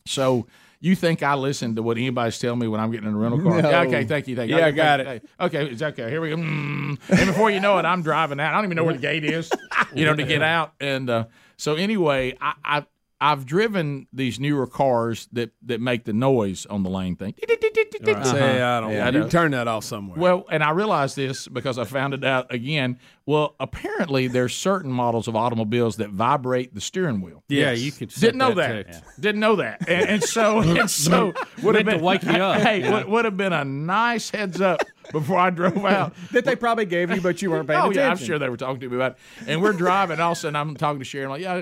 A: So You think I listen to what anybody's telling me when I'm getting in a rental car?
F: No.
A: Yeah, okay, thank you, thank you.
F: Yeah, I
A: okay,
F: got
A: thank- thank- Okay, it's okay. Here we go. Mm. And before you know it, I'm driving out. I don't even know where the gate is, you know, to get out. And uh, so anyway, I, I I've driven these newer cars that that make the noise on the lane thing. Yeah,
F: Say, I don't
A: I
F: want- Uh-huh. You
A: know.
F: turn that off somewhere.
A: Well, and I realized this because I found it out again. Well, apparently there's certain models of automobiles that vibrate the steering wheel.
B: Yeah, you could set
A: Didn't know
B: that
A: that.
B: too.
A: Didn't know that. And, and so and so would have
B: Meant to
A: been
B: wake you up,
A: Hey,
B: you
A: would, would have been a nice heads up before I drove out.
I: that they probably gave you, but you weren't paying
A: Oh
I: attention.
A: yeah, I'm sure they were talking to me about it. And we're driving. All of a sudden, I'm talking to Sharon. Like, yeah.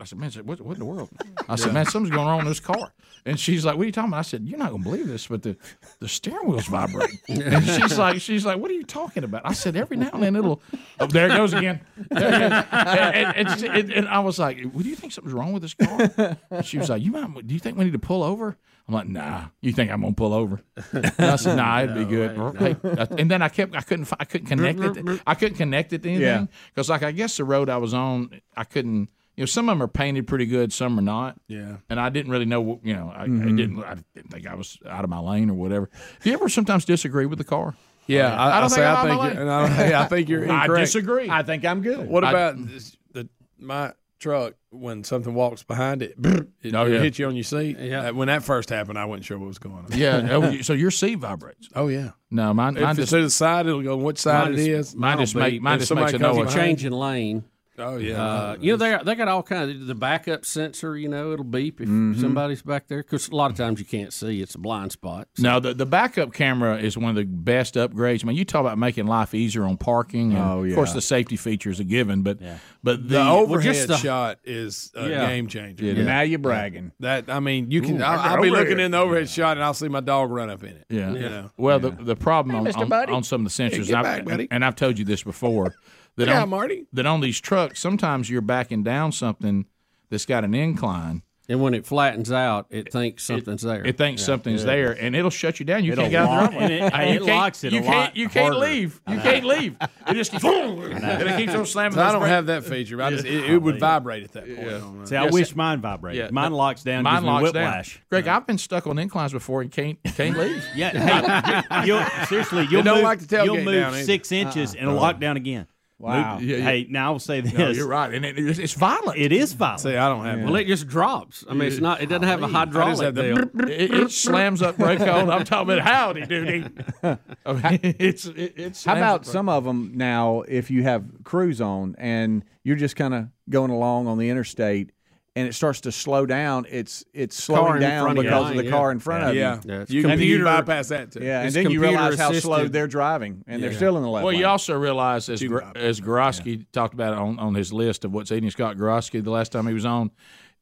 A: I said, man, what, what in the world? I said, man, something's going wrong in this car. And she's like, what are you talking about? I said, you're not gonna believe this, but the the steering wheel's vibrating. and she's like, she's like, what are you talking about? I said, every now and then it'll. Oh, there it goes again. There it goes. And, and, and, and- and I was like, well, do you think something's wrong with this car? And she was like, you might. Do you think we need to pull over? I'm like, nah. You think I'm gonna pull over? And I said, nah, it'd be good. Hey, And then I kept, I couldn't, fi- I couldn't connect it. to- I couldn't connect it to
D: Yeah.
A: anything because, like, I guess the road I was on, I couldn't. You know, some of them are painted pretty good, some are not.
F: Yeah.
A: And I didn't really know. what You know, I,
I: Mm-hmm.
A: I didn't. I didn't think I was out of my lane or whatever. Do you ever sometimes disagree with the car?
F: Yeah, I,
A: I
F: I,
A: don't
F: say
A: think
F: I
A: I'm
F: think
A: on my
F: you're, and I, don't- yeah, I think you're incorrect.
A: I disagree.
I: I think I'm good.
F: What
A: I-
F: about this, the my truck when something walks behind it? It,
A: Oh,
F: it
A: yeah.
F: hits you on your seat.
B: Yeah.
F: Uh, when that first happened, I wasn't sure what was going on.
A: yeah. oh, you- so your seat vibrates.
F: Oh yeah.
A: No, mine.
F: If
A: Mine
F: it's
A: just.
F: to the side, it'll go on which side
B: Mine
F: it
B: is-
F: is.
A: Mine just
B: Mine will
A: make.
B: be-
A: Mine
F: if
A: just
F: somebody
A: makes a
F: comes
A: noise.
F: behind-
B: Changing lane.
F: Oh yeah.
B: Uh, you know they they got all kind of the backup sensor. You know it'll beep if
F: Mm-hmm.
B: somebody's back there because a lot of times you can't see. It's a blind spot. So-
A: No, the, the backup camera is one of the best upgrades. I mean, you talk about making life easier on parking. and,
D: Oh,
A: Of
D: yeah.
A: course, the safety feature is a given, but but the,
F: the overhead
B: just the-
F: shot is a
B: Yeah.
F: game changer.
I: Now you're bragging.
F: That I mean, you can. I, will be looking in the overhead shot, and I'll see my dog run up in it.
A: yeah.
F: You know.
A: Well, the the problem on,
F: Mr.
A: on,
F: Buddy.
A: on some of the sensors,
F: get
A: and,
F: back,
A: I've,
F: buddy.
A: and I've told you this before, that
F: Yeah,
A: on,
F: Marty.
A: that on these trucks sometimes you're backing down something that's got an incline.
B: And when it flattens out, it thinks something's there.
A: It thinks something's there, and it'll shut you down. You
E: It'll
A: can't get out
E: lock-
A: of the driveway.
E: and it-
A: I mean,
E: it
A: you can't-
E: locks it
A: You
E: a
A: can't.
E: lot
A: you can't
E: harder.
A: leave. You can't leave. It just keeps, and it keeps on slamming.
F: So I
A: those
F: don't
A: brakes.
F: have that feature. I just it, it would vibrate at that point. on that.
E: See, I wish mine vibrated.
A: Yeah.
E: mine locks down.
A: Mine
E: gives me
A: locks
E: whiplash.
A: down. Greg, I've been stuck on inclines before and can't can't leave.
E: Yeah, hey, you'll, seriously, you'll
F: don't
E: move,
F: like the tailgate
E: you'll move
F: down either.
E: six inches and lock down again.
D: Wow.
E: Move-
A: Yeah, yeah.
E: Hey, now I will say this:
A: No, you're right, and it, it's, it's violent.
E: it is violent.
F: See, I don't have.
B: well, it just drops. I mean, it's not. It doesn't have a hydraulic.
F: have the
B: deal.
A: it, it slams up brake on. I'm talking about howdy doody. I mean, it's it, it's.
D: How about some of them now? If you have cruise on and you're just kind of going along on the interstate, and it starts to slow down, it's it's slowing
B: in
D: down
B: front of you.
D: because of the
B: Yeah.
D: car in front of you.
F: Yeah,
B: Yeah, it's
F: you can you
B: computer-
F: can bypass that too.
D: Yeah, and
B: It's
D: then you realize how
B: computer-assisted.
D: slow they're driving, and they're still in the left.
A: Well,
D: lane.
A: you also realize as Gr- as Gorosky talked about on on his list of what's eating Scott Gorosky the last time he was on.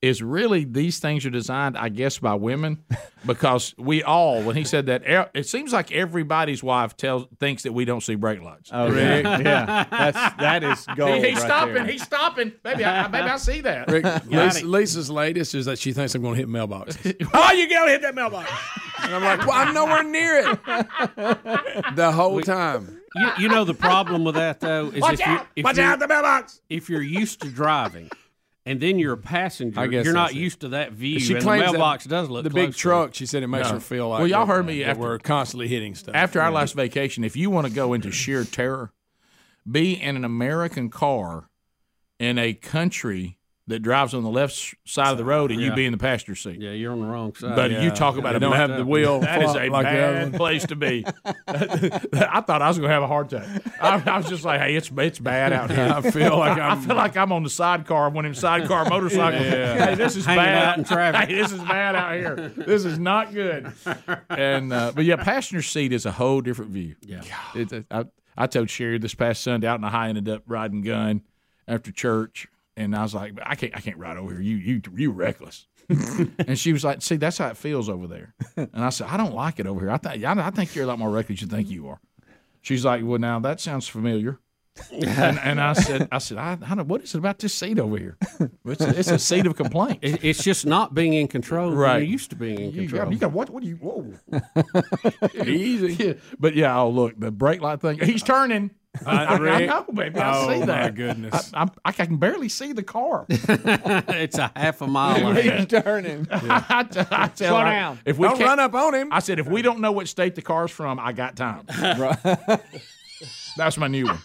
A: Is really these things are designed, I guess, by women, because we all, when he said that, e- it seems like everybody's wife tells thinks that we don't see brake lights.
D: Oh, Rick, yeah, that's that is gold.
A: He- he's
D: right
A: stopping.
D: there.
A: He's stopping. Baby, I, I- baby, I see that.
F: Rick, Lisa, Lisa's latest is that she thinks I'm going to hit mailboxes. oh, you going to hit that mailbox? And I'm like, well, I'm nowhere near it. The whole time.
B: You, you know the problem with that though is if, you, if,
F: Watch
B: you're,
F: out, the mailbox.
B: if you're used to driving, and then you're a passenger,
F: I guess
B: you're not
F: that's it.
B: used to that view.
F: She
B: and the
F: claims that
B: mailbox does look
F: The big
B: close to
F: truck, she said it makes her feel like
A: Well, y'all
F: that-
A: heard me
F: that
A: after-
F: we're constantly hitting stuff.
A: After our last vacation, if you want to go into sheer terror, be in an American car in a country that drives on the left s- side of the road, and you be in the passenger
B: it.
A: seat.
B: Yeah, you're on the wrong side.
A: But you talk
F: They
A: about
F: don't have the wheel
A: That is a
F: flop like the other
A: bad
F: one.
A: place to be. I thought I was going to have a heart attack. I, I was just like, "Hey, it's it's bad out here." I feel like I'm, I feel like I'm on the sidecar, of one of them sidecar motorcycles. Hey, this is
B: Hanging
A: bad
B: out in traffic.
A: Hey, this is bad out here. This is not good. And uh, but yeah, passenger seat is a whole different view. Yeah, it's a, I, I told Sherry this past Sunday out in the high ended up riding gun after church, and I was like, "I can't, I can't ride over here. You, you, you reckless." and she was like, "See, that's how it feels over there." And I said, "I don't like it over here. I think, I, I think you're a lot more reckless than you think you are." She's like, "Well, now that sounds familiar." and, and I said, "I said, I, I don't, what is it about this seat over here? It's a, it's a seat of complaint."
B: It- it's just not being in control. when
A: Right.
B: you're used to being in
A: You got,
B: control.
A: you got what? What do you? Whoa, easy. But yeah, oh look, the brake light thing. He's turning.
F: Uh,
A: I,
F: Rick.
A: know, baby. I
F: Oh,
A: see
F: my
A: that.
F: goodness.
A: I, I'm, I can barely see the car.
B: it's a half a mile.
A: He's
F: turning.
A: I, t- I tell
F: Slow
A: her,
F: down.
A: If we
F: Don't
A: can't-
F: run up on him.
A: I said, if we don't know what state the car's from, I got time. That's my new one.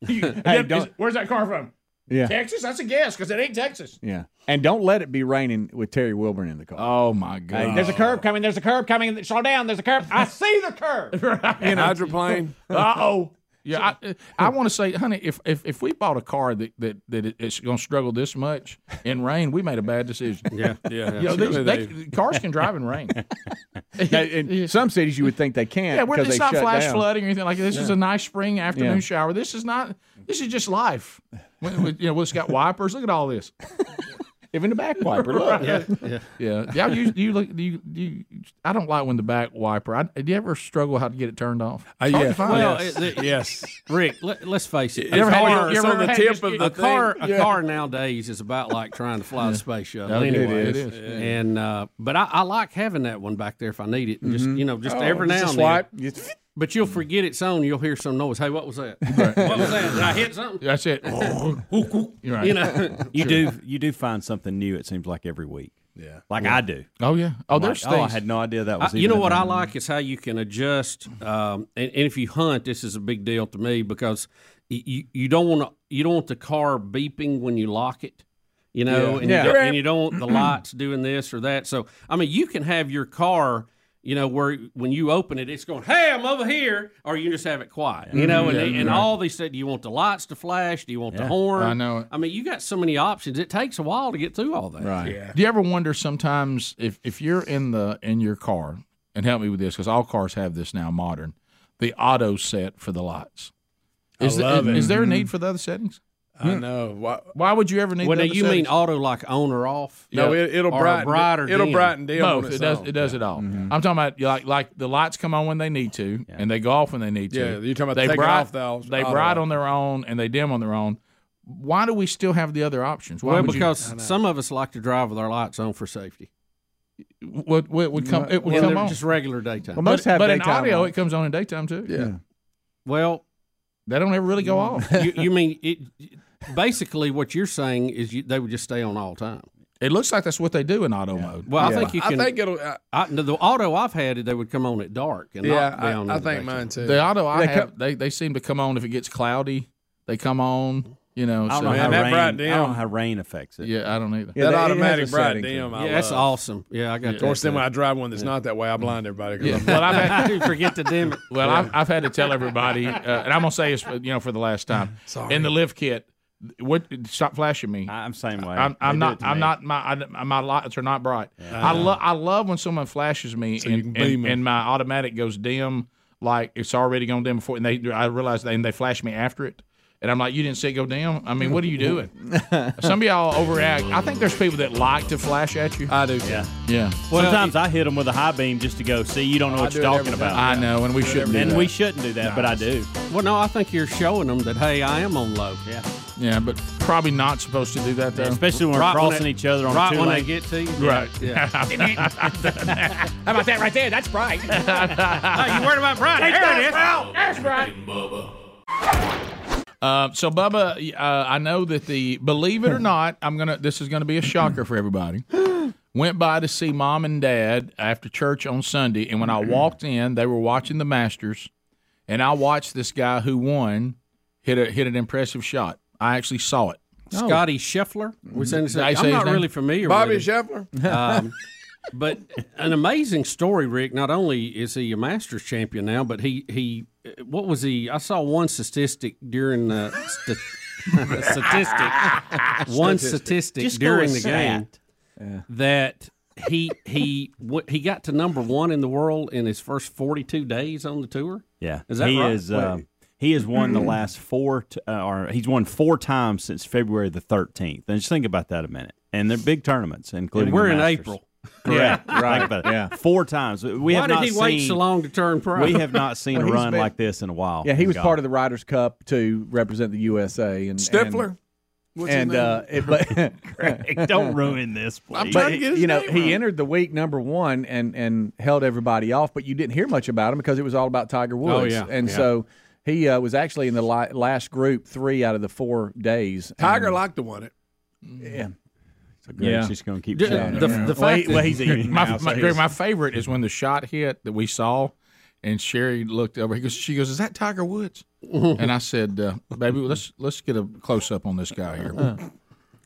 D: Hey,
A: Is-
D: don't-
A: where's that car from?
D: Yeah.
A: Texas? That's a guess because it ain't Texas.
D: Yeah. And don't let it be raining with Terry Wilburn in the car.
F: Oh my
D: God.
A: There's a curb coming. There's a curb coming. Slow down. There's a curb. I see the curb.
F: In a hydroplane.
A: Uh oh. Yeah, I, I want to say, honey, if, if if we bought a car that that, that it- it's going to struggle this much in rain, we made a bad decision.
B: Yeah.
F: Yeah.
A: You know, these,
F: sure
A: they,
F: they do.
A: cars can drive in rain.
D: Now, in some cities, you would think they can't.
A: Yeah, we're,
D: because
A: it's
D: they
A: not
D: shut
A: flash
D: down.
A: flooding or anything like that. This is a nice spring afternoon
D: Yeah.
A: shower. This is not. This is just life. We- we- you know, it's got wipers. Look at all this.
D: Even the back wiper. Look.
A: Yeah.
B: Yeah.
A: Yeah, yeah. You, you look. You, you, I don't like when the back wiper. I, do you ever struggle how to get it turned off?
F: Uh,
A: It's hard to
F: yeah.
A: find.
B: Well,
F: Yes.
B: it- the-
F: yes.
B: Rick, let, us face it.
F: You ever
B: a
F: had-
B: car,
F: you ever
A: on the
F: had
A: tip
F: just-
A: of
B: a
A: the
B: car,
F: Yeah.
B: a car nowadays is about like trying to fly the space shuttle.
A: Yeah, it
B: anyway,
A: is. It is.
B: and uh, but I, I like having that one back there if I need it, and just
A: Mm-hmm.
B: you know,
A: Oh,
B: just every now
D: Just a
B: and then.
D: swipe. You-
B: But you'll forget it's on. You'll hear some noise. Hey, what was that? What was that? Did I hit something?
A: That's it. You're right.
B: You know,
E: You do you do find something new. It seems like every week. Yeah, like I do.
A: Oh yeah. Oh, there's
E: Like,
A: things.
E: oh, I had no idea that
B: I-
E: was.
B: you
E: even
B: know
E: a
B: what I
E: thing.
B: like is how you can adjust. Um, and, and if you hunt, this is a big deal to me because y- you you don't want to you don't want the car beeping when you lock it. You know, and,
D: Yeah.
B: You don't, and you don't want the lights doing this or that. So I mean, you can have your car. You know, where when you open it, it's going, "Hey, I'm over here," or you can just have it quiet. You know, and, and all these. things. Do you want the lights to flash? Do you want the horn?
A: I know it.
B: I mean, you got so many options. It takes a while to get through all that.
D: Right.
A: Do you ever wonder sometimes if if you're in the in your car and help me with this because all cars have this now modern the auto set for the lights. Is
F: I love
A: there,
F: it.
A: is there a
D: Mm-hmm.
A: need for the other settings?
F: I know. Why-
A: Why would you ever need?
B: Well,
A: the
B: now
A: other
B: you mean
A: settings?
B: auto like on or off?
F: No,
A: Yeah.
F: it, it'll
B: Or
F: brighten.
B: bright or
F: it'll
B: dim.
F: brighten dim. when
A: both?
F: it's
A: It does.
F: on.
A: It does it all. I'm talking about like like the lights come on when they need to, and they go off when they need to.
F: Yeah, you're talking about
A: they
F: taking
A: bright,
F: off the
A: They
F: auto.
A: bright on their own and they dim on their own. Why do we still have the other options? Why
B: Well,
A: would you-
B: because some of us like to drive with our lights on for safety.
A: what, what would come it would
B: Yeah,
A: come
B: they're
A: on.
B: just regular daytime.
D: Well,
A: but
D: most have
A: but in
D: daytime
A: audio,
D: on.
A: it comes on in daytime too.
F: Yeah.
B: Well,
A: They don't ever really go off.
B: you, you mean it? Basically, what you're saying is you, they would just stay on all time.
A: It looks like that's what they do in auto mode.
B: Well, I
D: Yeah.
B: think you
F: I
B: can. I
F: think it'll. uh, I,
B: no, the auto I've had, they would come on at dark and
F: yeah,
B: not be on
F: I, I
B: in the
F: think
B: daytime.
F: mine too.
A: The auto I
D: They
A: have, they they seem to come on if it gets cloudy. They come on, you know.
E: I don't
A: so-
E: know how
F: that
E: rain.
F: brightened
E: I don't know
F: down.
E: how rain affects it.
A: yeah, I don't either.
F: that
D: Yeah, they- it has
F: automatic
D: a
F: bright
D: setting to
F: dim.
D: it.
F: I
B: Yeah, that's
F: love.
B: awesome. Yeah, I got.
F: Of course,
B: that.
F: then when I drive one that's not that way, I blind everybody. 'cause
A: Yeah.
F: I'm-
A: Well, I've had
B: forget to dim it.
A: well, I've, I've had to tell everybody, uh, and I'm gonna say this, you know, for the last time.
F: Sorry.
A: In the lift kit, what? Stop flashing me.
E: I'm same way.
A: I'm, I'm
E: They do it
A: not.
E: to
A: I'm
E: me.
A: not. My I, my lights are not bright. I love. I love when someone flashes me
F: you
A: and,
F: can beam
A: and,
F: 'em.
A: and my automatic goes dim, like it's already gone dim before. And they, I realize they, and they flash me after it, and I'm like, you didn't say it go dim. I mean, what are you doing? Some of y'all overreact. I think there's people that like to flash at you.
F: I do. Yeah.
A: yeah,
E: Sometimes I hit them with a high beam just to go. See, you don't know what
F: do
E: you're
F: it
E: talking
F: every
E: about.
A: I know, and we shouldn't.
E: and
A: do
E: we
A: that.
E: shouldn't do that, but I do.
B: Well, no, I think you're showing them that hey, I am on low. Yeah,
A: yeah, but probably not supposed to do that though.
E: Especially when
B: Right
E: we're
B: when
E: crossing
B: it-
E: each other on
B: right
E: two
B: when
E: lane.
B: I get to you.
A: Right.
B: Yeah.
A: How about that right there? That's bright.
B: you worried about Brian?
C: Rick and Bubba.
A: Uh, so, Bubba, uh, I know that the believe it or not, I'm gonna. This is gonna be a shocker for everybody. Went by to see mom and dad after church on Sunday, and when I walked in, they were watching the Masters, and I watched this guy who won hit a hit an impressive shot. I actually saw it.
F: Oh.
B: Scotty Scheffler. Was that his
A: Did I
B: name?
A: say
B: I'm
A: his
B: not
A: name?
B: really familiar
F: Bobby
B: with him, Um,
F: Scheffler.
B: but an amazing story, Rick. Not only is he a Masters champion now, but he he what was he? I saw one statistic during the st- statistic, one statistic
E: Just go
B: during the
E: with
B: game that he he what he got to number one in the world in his first 42 days on the tour.
E: Yeah,
B: Is that
E: he
B: right?
E: is. Uh, he has won the last four, t- uh, or he's won four times since February the thirteenth. And just think about that a minute. And they're big tournaments, including
B: we're
E: the
B: in
E: Masters.
B: April.
E: Correct. right.
D: Yeah.
E: Four times. We
B: Why
E: have
B: did
E: not
B: he
E: seen,
B: wait so long to turn pro?
E: We have not seen
D: Well,
E: a
D: he's
E: run
D: been-
E: like this in a while.
D: Yeah, he was part of the Riders' Cup to represent the USA. And
F: Stifler. What's
D: And, and
F: his name?
D: uh, it, but
E: the. Don't ruin this,
F: trying
E: please.
D: But
F: to get his
D: you know,
F: name
D: he
F: right.
D: entered the week number one
F: Oh,
D: and and held everybody off, but you didn't hear much about him because it was all about Tiger Woods.
B: yeah,
D: and
B: yeah.
D: so He uh, was actually in the li- last group three out of the four days.
F: Tiger
D: And-
F: liked to win it.
D: Yeah.
E: Greg's just gonna keep
D: D-
B: uh,
E: shouting.
D: the-
E: Yeah.
D: the
E: Well,
D: fact
E: he- well, he's eating
A: my,
E: now, so
A: my,
E: he's-
A: Greg, my favorite is when the shot hit that we saw, and Sherry looked over. He goes, she goes, "Is that Tiger Woods?" and I said, uh, "Baby, let's let's get a close up on this guy here."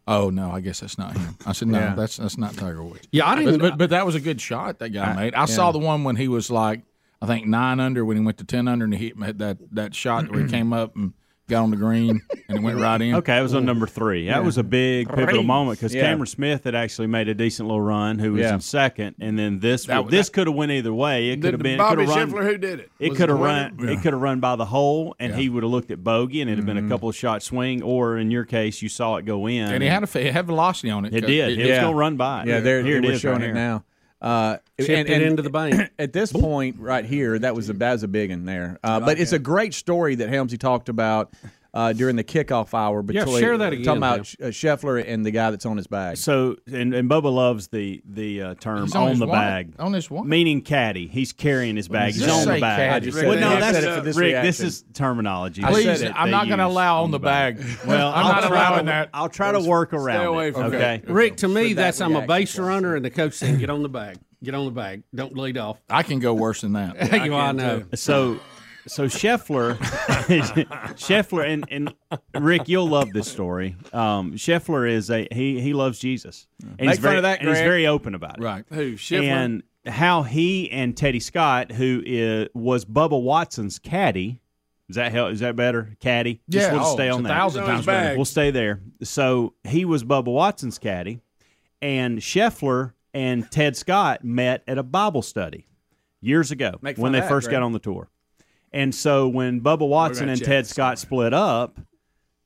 A: oh no, I guess that's not him. I said, "No,
J: Yeah.
A: that's that's not Tiger Woods."
J: Yeah, I
A: But-
J: didn't-
A: But, but, that was a good shot that guy
J: I-
A: made. I saw
J: yeah.
A: the one when he was like, I think nine under when he went to ten under, and he hit that that shot where he came up and got on the green and it went right in.
E: Okay, it was on number three. That
A: Mm. Yeah.
E: was a big pivotal
A: Three.
E: moment because
A: Yeah.
E: Cameron Smith had actually made a decent little run, who was
A: Yeah.
E: in second, and then this
A: That was-
E: this could have went either way. It could have been it could
F: Bobby
E: have run.
F: Scheffler who did it.
E: It
F: Was
E: could have
F: the
E: run.
F: winner?
E: It could have run by the hole, and he would have looked at bogey, and it'd have been a couple of shot swing. Or in your case, you saw it go in,
A: Mm-hmm. And he had a fa- it had velocity on it.
E: It did. It was
A: Yeah.
E: gonna run by.
D: Yeah, there
E: here
D: here
E: it
D: we're
E: is
D: showing
E: right
D: it
E: here.
D: now. Uh,
E: Chipped it into the bank.
D: At this point, right here, that was a that's a big one there.
E: Oh,
D: Uh, but it's a great story that Helmsy talked about uh, during the kickoff hour.
E: Yeah,
D: Between,
E: share that again,
D: Talking about Sh- uh, Scheffler and the guy that's on his bag.
E: So, and, and Bubba loves the the uh, term
D: He's
E: on,
D: on his
E: the
D: wallet.
E: bag,
A: on his wallet,
E: meaning caddy. He's carrying his bag.
A: Just
E: He's on
A: say
E: the bag.
A: caddy. I just said
E: well,
A: that.
E: no,
A: I
E: that's
A: said it for this
E: Rick. This
A: reaction.
E: is terminology.
A: Please,
E: that- that
A: I'm
E: they
A: not going to
E: use
A: allow on
E: the
A: the bag.
E: Well,
A: I'm
E: I'll
A: not
E: try
A: allowing
E: to-
A: that.
E: I'll try to work around
A: Stay away
E: it,
A: from
E: okay?
A: that.
B: Rick, to me,
A: So that
B: that's I'm a
A: reaction
B: base runner, and the coach saying, "Get on the bag, get on the bag, don't lead off."
A: I can go worse than that.
B: Yeah, I can, too.
E: So, so Scheffler, Scheffler, and and Rick, you'll love this story. Um, Scheffler is a he he loves Jesus. And
F: Make
E: he's
F: fun
E: very,
F: of that,
E: and he's
F: Greg.
E: very open about it. Right.
F: Who, Scheffler?
E: And how he and Teddy Scott, who is, was Bubba Watson's caddy, is that hell? Is that better? Caddy. Just
A: Yeah,
E: want to
A: oh,
E: stay
A: it's a
E: on that.
A: thousand He's on his times better. bag.
E: We'll stay there. So he was Bubba Watson's caddy, and Scheffler and Ted Scott met at a Bible study years ago
D: Make fun
E: when
D: of
E: they
D: that,
E: first
D: Greg.
E: got on the tour. And so when Bubba Watson
D: gonna
E: and
D: check
E: Ted
D: this
E: Scott split up,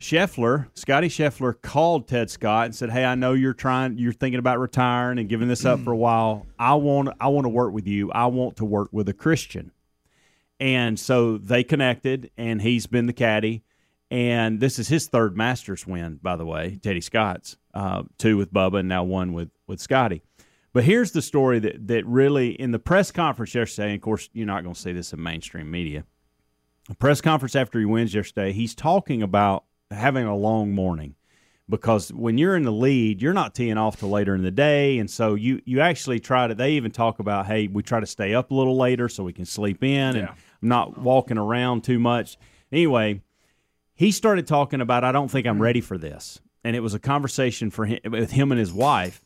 E: Scheffler, Scotty Scheffler called Ted Scott and said, "Hey, I know you're trying, you're thinking about retiring and giving this
D: Mm.
E: up for a while. I want, I want to work with you. I want to work with a Christian." And so they connected, and he's been the caddy. And this is his third Masters win, by the way, Teddy Scott's uh, two with Bubba, and now one with with Scotty. But here's the story that that really in the press conference yesterday. And of course, you're not going to see this in mainstream media a press conference after he wins yesterday, he's talking about having a long morning because when you're in the lead, you're not teeing off till later in the day, and so you you actually try to. They even talk about, hey, we try to stay up a little later so we can sleep in and
A: Yeah.
E: not walking around too much. Anyway, he started talking about, I don't think I'm ready for this, and it was a conversation for him with him and his wife.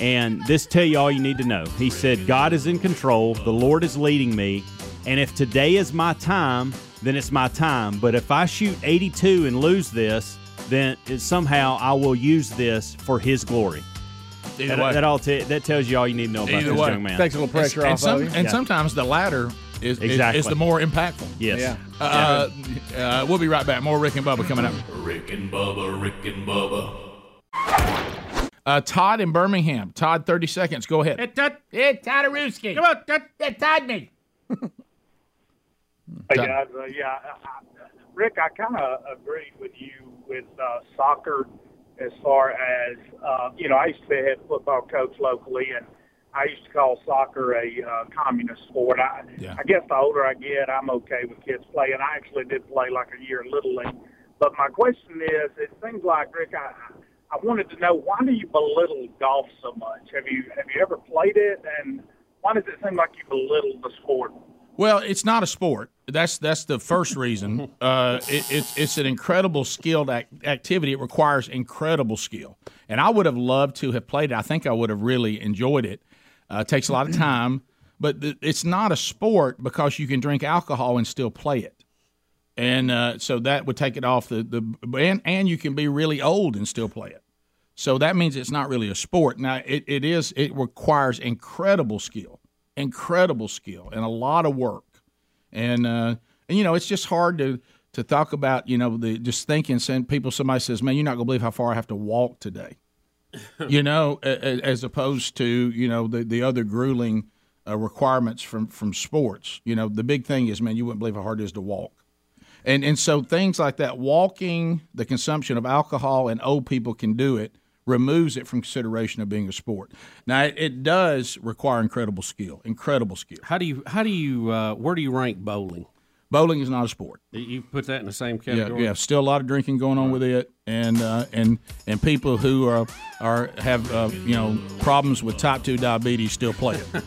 E: And this tell you all you need to know. He said, God is in control. The Lord is leading me. And if today is my time, then it's my time. But if I shoot 82 and lose this, then it, somehow I will use this for His glory.
A: Either
E: that,
A: way.
E: that all te- that tells you all you need to know about
A: Either
E: this
A: way,
E: young man.
A: and, and some- And
E: Yeah.
A: sometimes the latter is, is-
E: Exactly.
A: is the more impactful.
E: Yes. Yeah.
A: Uh, uh, we'll be right back. More Rick and Bubba coming up.
C: Rick and Bubba, Rick and Bubba.
A: Uh, Todd in Birmingham. Todd, thirty seconds. Go ahead.
G: It's Tataruski. Come on, that, that tied me.
K: Hey
A: Done.
K: guys, uh, yeah, I, I, Rick, I kind of agree with you with uh, soccer as far as uh, you know. I used to be a head football coach locally, and I used to call soccer a uh, communist sport. I,
L: Yeah.
K: I guess the older I get, I'm okay with kids playing. I actually did play like a year in little league, but my question is, it seems like Rick, I, I wanted to know why do you belittle golf so much? Have you have you ever played it, and why does it seem like you belittle the sport?
A: Well, it's not a sport. That's that's the first reason. Uh, it, it's it's an incredible skilled ac- activity. It requires incredible skill, and I would have loved to have played it. I think I would have really enjoyed it. Uh, it takes a lot of time, but th- it's not a sport because you can drink alcohol and still play it, and uh, so that would take it off the the and and you can be really old and still play it. So that means it's not really a sport. Now it, it is it requires incredible skill, incredible skill, and a lot of work. And uh, and you know it's just hard to to talk about you know the just thinking. Send people somebody says, man, you're not gonna believe how far I have to walk today. you know, a- a- as opposed to you know the the other grueling uh, requirements from from sports. You know, the big thing is, man, you wouldn't believe how hard it is to walk. And and so things like that, walking, the consumption of alcohol, and old people can do it, removes it from consideration of being a sport. Now it, it does require incredible skill, incredible skill.
B: How do you how do you uh, where do you rank bowling?
A: Bowling is not a sport.
B: You put that in the same
A: Yeah,
B: category.
A: yeah. Still a lot of drinking going on with it, and uh, and and people who are are have uh, you know problems with type two diabetes still play it.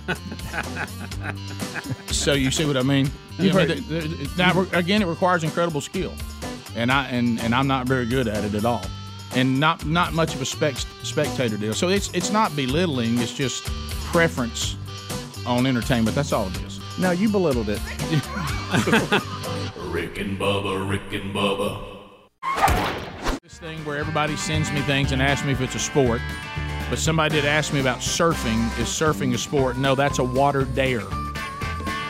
A: so you see what I mean? You know,
M: Right.
A: th- th- th- that re- again, it requires incredible skill, and I and, and I'm not very good at it at all, and not not much of a spec, spectator deal. So it's it's not belittling. It's just preference on entertainment. That's all it is.
D: No, you belittled it.
C: Rick and Bubba, Rick and Bubba.
A: This thing where everybody sends me things and asks me if it's a sport, but somebody did ask me about surfing. Is surfing a sport? No, that's a water dare.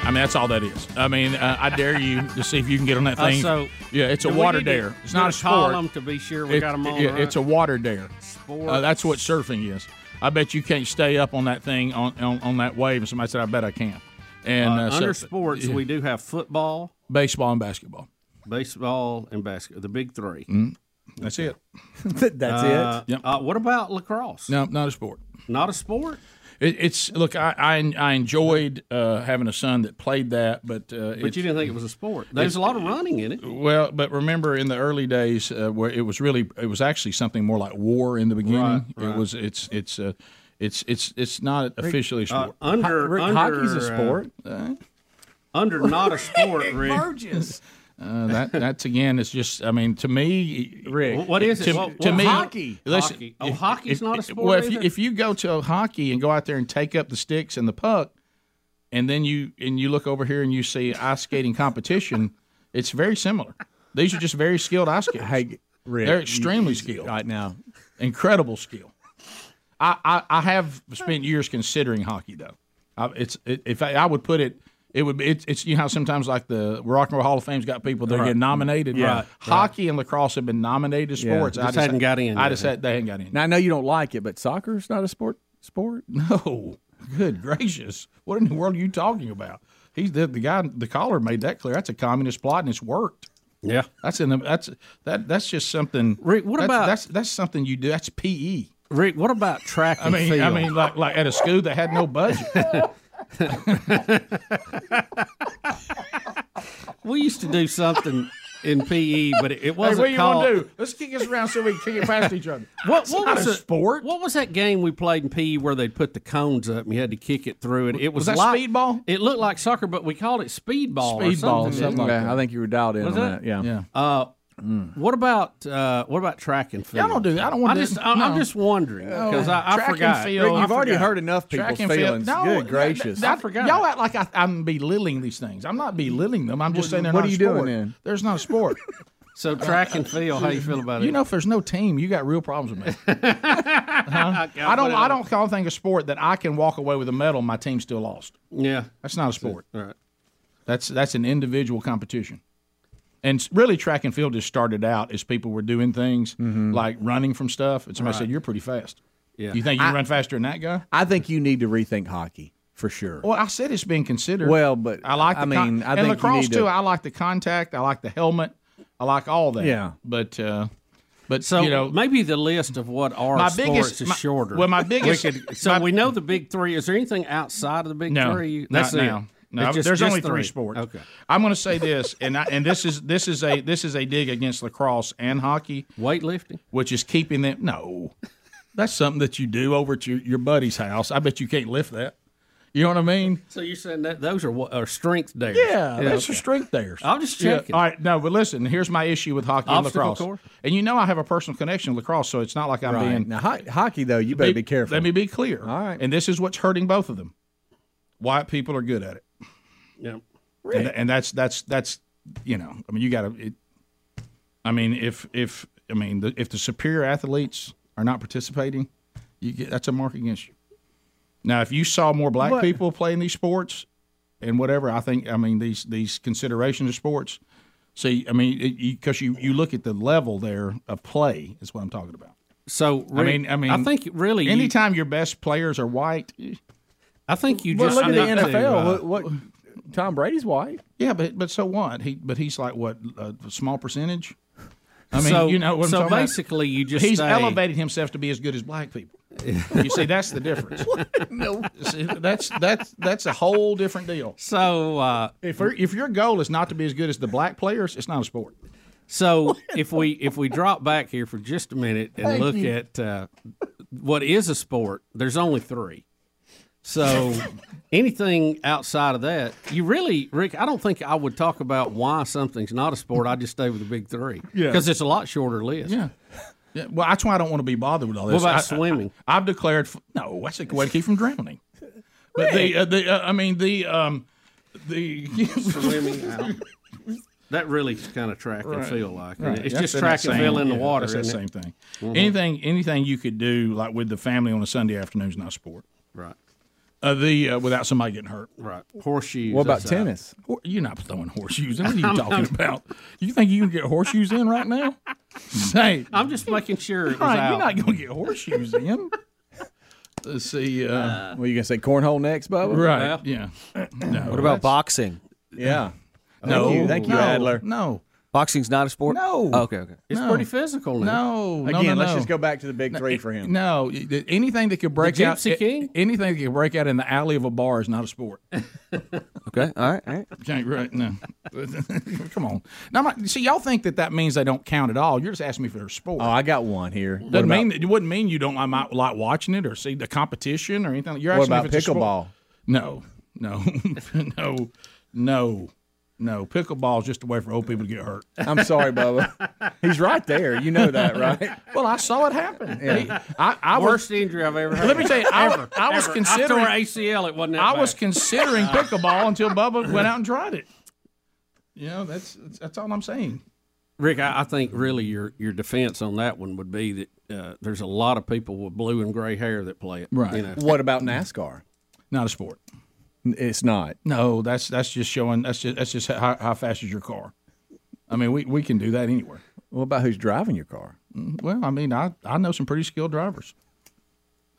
A: I mean, that's all that is. I mean, uh, I dare you to see if you can get on that
B: Uh,
A: thing.
B: so
A: yeah, it's a
B: do we
A: water
B: need to
A: dare. It's
B: do
A: not a
B: a column
A: sport.
B: to be sure we got 'em on,
A: yeah,
B: right?
A: It's a water dare.
B: Sport.
A: Uh, that's what surfing is. I bet you can't stay up on that thing on, on, on that wave. And somebody said, I bet I can. And
B: Uh,
A: so-
B: under sports, we do have football,
A: baseball, and basketball.
B: Baseball and basketball, the big 3
A: Mm. That's it.
B: That's it? Yep. Uh, what about lacrosse?
A: No, not a sport.
B: Not a sport.
A: It, it's look, I I, I enjoyed uh, having a son that played that, but uh,
B: But you didn't think it was a sport.
A: it's-
B: There's a lot of running in it.
A: Well, but remember in the early days uh, where it was really it was actually something more like war in the beginning. It was it's it's uh, it's it's it's not officially a
B: Uh,
A: sport.
B: under- Rick, under, hockey's a sport.
A: Uh,
B: Under not a sport, Rick.
A: uh, that that's again. It's just. I mean, to me, Rick.
B: What is it?
A: To,
B: Well,
A: to
B: well,
A: me,
B: hockey.
A: Listen,
B: Hockey. Oh,
A: if-
B: hockey's
A: if-
B: not a sport
A: Well, if you,
B: either?
A: if you go to a hockey and go out there and take up the sticks and the puck, and then you and you look over here and you see ice skating competition, it's very similar. These are just very skilled ice skaters. Hey,
F: Rick,
A: they're
F: you-
A: extremely skilled right now. Incredible skill. I, I, I have spent years considering hockey though. I, it's it, if I, I would put it, it would be it's, it's you know how sometimes like the Rock and Roll Hall of Fame's got people that
B: Right.
A: get nominated.
B: Yeah. Right.
A: hockey and lacrosse have been nominated as
D: Yeah.
A: sports. I
D: Just hadn't got in
A: I
D: yet.
A: just had, they hadn't got in.
D: Now I know you don't like it, but soccer's not a sport. Sport?
A: No. Good gracious, what in the world are you talking about? He's the, the guy, the caller made that clear. That's a communist plot, and it's worked.
B: Yeah,
A: that's in the, that's that that's just something. Rick,
B: what
A: that's,
B: about-
A: that's that's something you do? That's E. PE.
B: Rick, what about track
A: I mean, I mean, like like at a school that had no budget.
B: we used to do something in PE, but it, it
A: Hey,
B: wasn't
A: what do you
B: called.
A: want to do? Let's kick this around so we can kick it past each other.
B: What,
A: It's
B: what
A: not
B: was
A: a
B: it- What was that game we played in PE where they put the cones up and you had to kick it through? And it was,
A: Was that
B: like,
A: speedball.
B: It looked like soccer, but we called it speedball. or
D: Speedball,
B: something,
D: something
B: didn't we?
D: like that. I think you were dialed in
B: Was
D: on
B: it?
D: that, yeah. Yeah.
B: Uh, What about uh, what about track and field?
D: Y'all don't do that. I don't wanna
B: I
D: do-
B: just, I,
D: no.
B: am just wondering
D: No.
B: because I, I
A: Oh, Track and
B: forgot.
A: field, Rick, you've I already forgot. heard
D: enough
A: Track and field. No, that- that- Y'all act like I, I'm belittling these things. I'm not belittling them. I'm just
B: What-
A: saying they're
B: what
A: not
B: are you
A: a
B: doing
A: sport.
B: then?
A: There's not a sport.
B: so track and field, how do you feel about it?
A: You know, if there's no team, you got real problems with me. Huh?
B: I
A: I don't.
B: put it
A: I
B: on.
A: don't call anything a sport that I can walk away with a medal. and My team still lost.
B: Yeah,
A: that's not a sport.
B: All right.
A: That's that's an individual competition. And s- really, track and field just started out as people were doing things
B: Mm-hmm.
A: like running from stuff. And somebody
D: Right.
A: said, "You're pretty fast."
D: Yeah.
A: You think you can
D: I-
A: run faster than that guy?
D: I think you need to rethink hockey for sure.
A: Well, I said it's being considered.
D: Well, but
A: I like. The
D: I mean,
A: con-
D: I
A: and
D: think you
A: lacrosse
D: need to-
A: too. I like the contact. I like the helmet. I like all that.
B: Yeah.
A: but uh, but
B: So
A: you know,
B: maybe the list of what are
A: My
B: sports
A: biggest-
B: is
A: my-
B: shorter.
A: well, my
B: We
A: biggest-
B: could- so we know the big three. Is there anything outside of the big
A: no,
B: three?
A: not
B: it.
A: now. No,
B: It's just-
A: there's
B: just
A: only three sports.
B: Okay.
A: I'm going to say this, and I, and this is this is a this is a dig against lacrosse and hockey
B: weightlifting,
A: which is keeping them. No, that's something that you do over at your, your buddy's house. I bet you can't lift that. You know what I mean?
B: So you're saying that those are what are strength dares?
A: Yeah, that's
B: okay.
A: your strength there.
B: I'm just
A: Yeah,
B: checking.
A: All right, no, but listen, here's my issue with hockey
B: Obstacle
A: and lacrosse.
B: course?
A: And you know I have a personal connection to lacrosse, so it's not like I'm
D: Right.
A: being
D: Now, ho- hockey though, you better
A: Let-
D: be careful.
A: Let me be clear. All right. And this is what's hurting both of them. White people are good at it.
B: Yeah.
A: And, and that's that's that's you know, I mean you got to I mean if if I mean the, if the superior athletes are not participating, you get that's a mark against you. Now, if you saw more black
F: But-
A: people playing these sports and whatever, I think I mean these these considerations of sports. See, I mean, because you, you look at the level there of play is what I'm talking about.
B: So
A: I mean, I mean,
B: I think really, you-
A: anytime your best players are white,
B: I think you
D: Well,
A: just
D: look at the
A: need to,
D: NFL.
A: uh,
D: Look what, Tom Brady's white.
A: yeah, but but so what? He but he's like what a small percentage. I mean,
B: So-
A: you know what I'm
B: so
A: talking about?
B: basically you just
A: he's
B: say-
A: elevated himself to be as good as black people. You see, that's the difference. no, that's that's that's a whole different deal.
B: So, uh,
A: if your- if your goal is not to be as good as the black players, it's not a sport.
B: So if we if we drop back here for just a minute and
A: Thank
B: look
A: you.
B: at uh, what is a sport, there's only three. So anything outside of that, you really, Rick, I don't think I would talk about why something's not a sport. I just stay with the big three
A: Yeah.
B: because it's a lot shorter list.
A: Yeah. Yeah, well, that's why I don't want to be bothered with all
B: What
A: this.
B: about
A: I- I-
B: swimming?
A: I, have declared f- no. That's a way to keep from drowning. But
B: Rick.
A: the uh, the uh, I mean the um the
B: swimming out. That really is kind of track and
A: Right.
B: field like. isn't
A: Right.
B: it? It's
A: That's
B: just track
A: same-
B: and field in the
A: yeah,
B: water.
A: That's the
B: isn't
A: same
B: it?
A: thing.
B: Mhm.
A: Anything anything you could do like with the family on a Sunday afternoon is not a sport.
B: Right.
A: Uh, the uh, without somebody getting hurt.
B: Right. Horseshoes.
F: What about that's out. tennis?
A: Hor- You're not throwing horseshoes. in. What are you talking about? You think you can get horseshoes in right now? Say,
B: I'm just making sure it was
A: Right,
B: out.
A: you're not going to get horseshoes in. Let's see. Uh,
D: well, you gonna say cornhole next, Bubba?
A: Right. Yeah. No,
N: what
A: that's-
N: about boxing?
D: Yeah.
A: No.
D: Thank you, thank you
A: No.
D: Adler.
A: No.
N: Boxing's not a sport?
A: No.
N: Oh, okay, okay.
A: It's No. pretty physical No, no,
D: Again,
A: no,
D: let's
A: no.
D: just go back to the big three for him.
A: No, y- th- anything that could break out,
D: Gypsy
A: a- anything that could break out in the alley of a bar is not a sport.
N: Okay, all right, all right.
A: Okay, right, no. Come on. Now, my, see, y'all think that that means they don't count at all. You're just asking me for their sport.
D: Oh, I got one here.
A: Doesn't mean it wouldn't mean you don't like, my- like watching it or see the competition or anything. You're
D: What
A: asking me
D: about
A: if it's a sport.
D: pickleball?
A: No, no, no, no, no. Pickleball is just a way for old people to get hurt.
D: I'm sorry, Bubba. He's right there. You know that, right?
A: Well, I saw it happen.
D: Yeah.
A: Hey, I, I was-
B: Worst injury I've ever heard.
A: Let me tell you, I,
B: Ever,
A: I was
B: ever. I
A: considering
B: tore ACL. It wasn't. That
A: I was
B: bad.
A: considering pickleball until Bubba went out and tried it. You know, that's that's, that's all I'm saying.
B: Rick, I, I think really your your defense on that one would be that uh, there's a lot of people with blue and gray hair that play it.
A: Right.
B: You know.
D: What about NASCAR?
A: Not a sport.
D: It's not.
A: No, that's that's just showing. That's just that's just how, how fast is your car. I mean, we, we can do that anywhere.
D: What about who's driving your car?
A: Mm, Well, I mean, I, I know some pretty skilled drivers.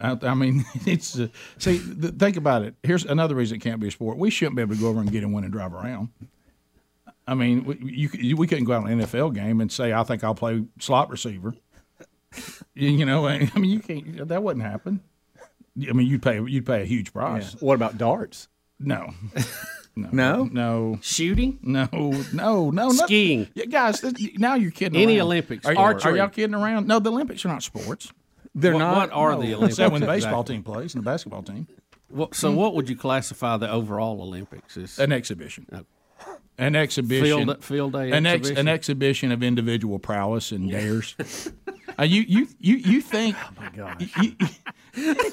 A: I, I mean, it's uh, see, th- think about it. Here's another reason it can't be a sport. We shouldn't be able to go over and get in one and drive around. I mean, we, you, you, we couldn't go out on an NFL game and say, "I think I'll play slot receiver." you, you know, I mean, you can't. That wouldn't happen. I mean, you'd pay you'd pay a huge price.
D: Yeah. What about darts?
A: No. No.
D: No?
A: No.
B: Shooting?
A: No. No. No.
B: Skiing.
A: Yeah, guys, th- now you're kidding.
B: Any
A: around.
B: Olympics
A: Are, y-
B: sport.
A: are y'all kidding around? No, the Olympics are not sports.
B: They're What- not? what are
A: No.
B: the Olympics
A: Except when the baseball Hmm.
B: exactly?
A: team plays and the basketball team.
B: What, so, what would you classify the overall Olympics as?
A: An exhibition. An exhibition.
B: Oh. Field, field day.
A: an ex-
B: exhibition?
A: an exhibition of individual prowess and dares. Uh, you you you you think? Oh my
D: god!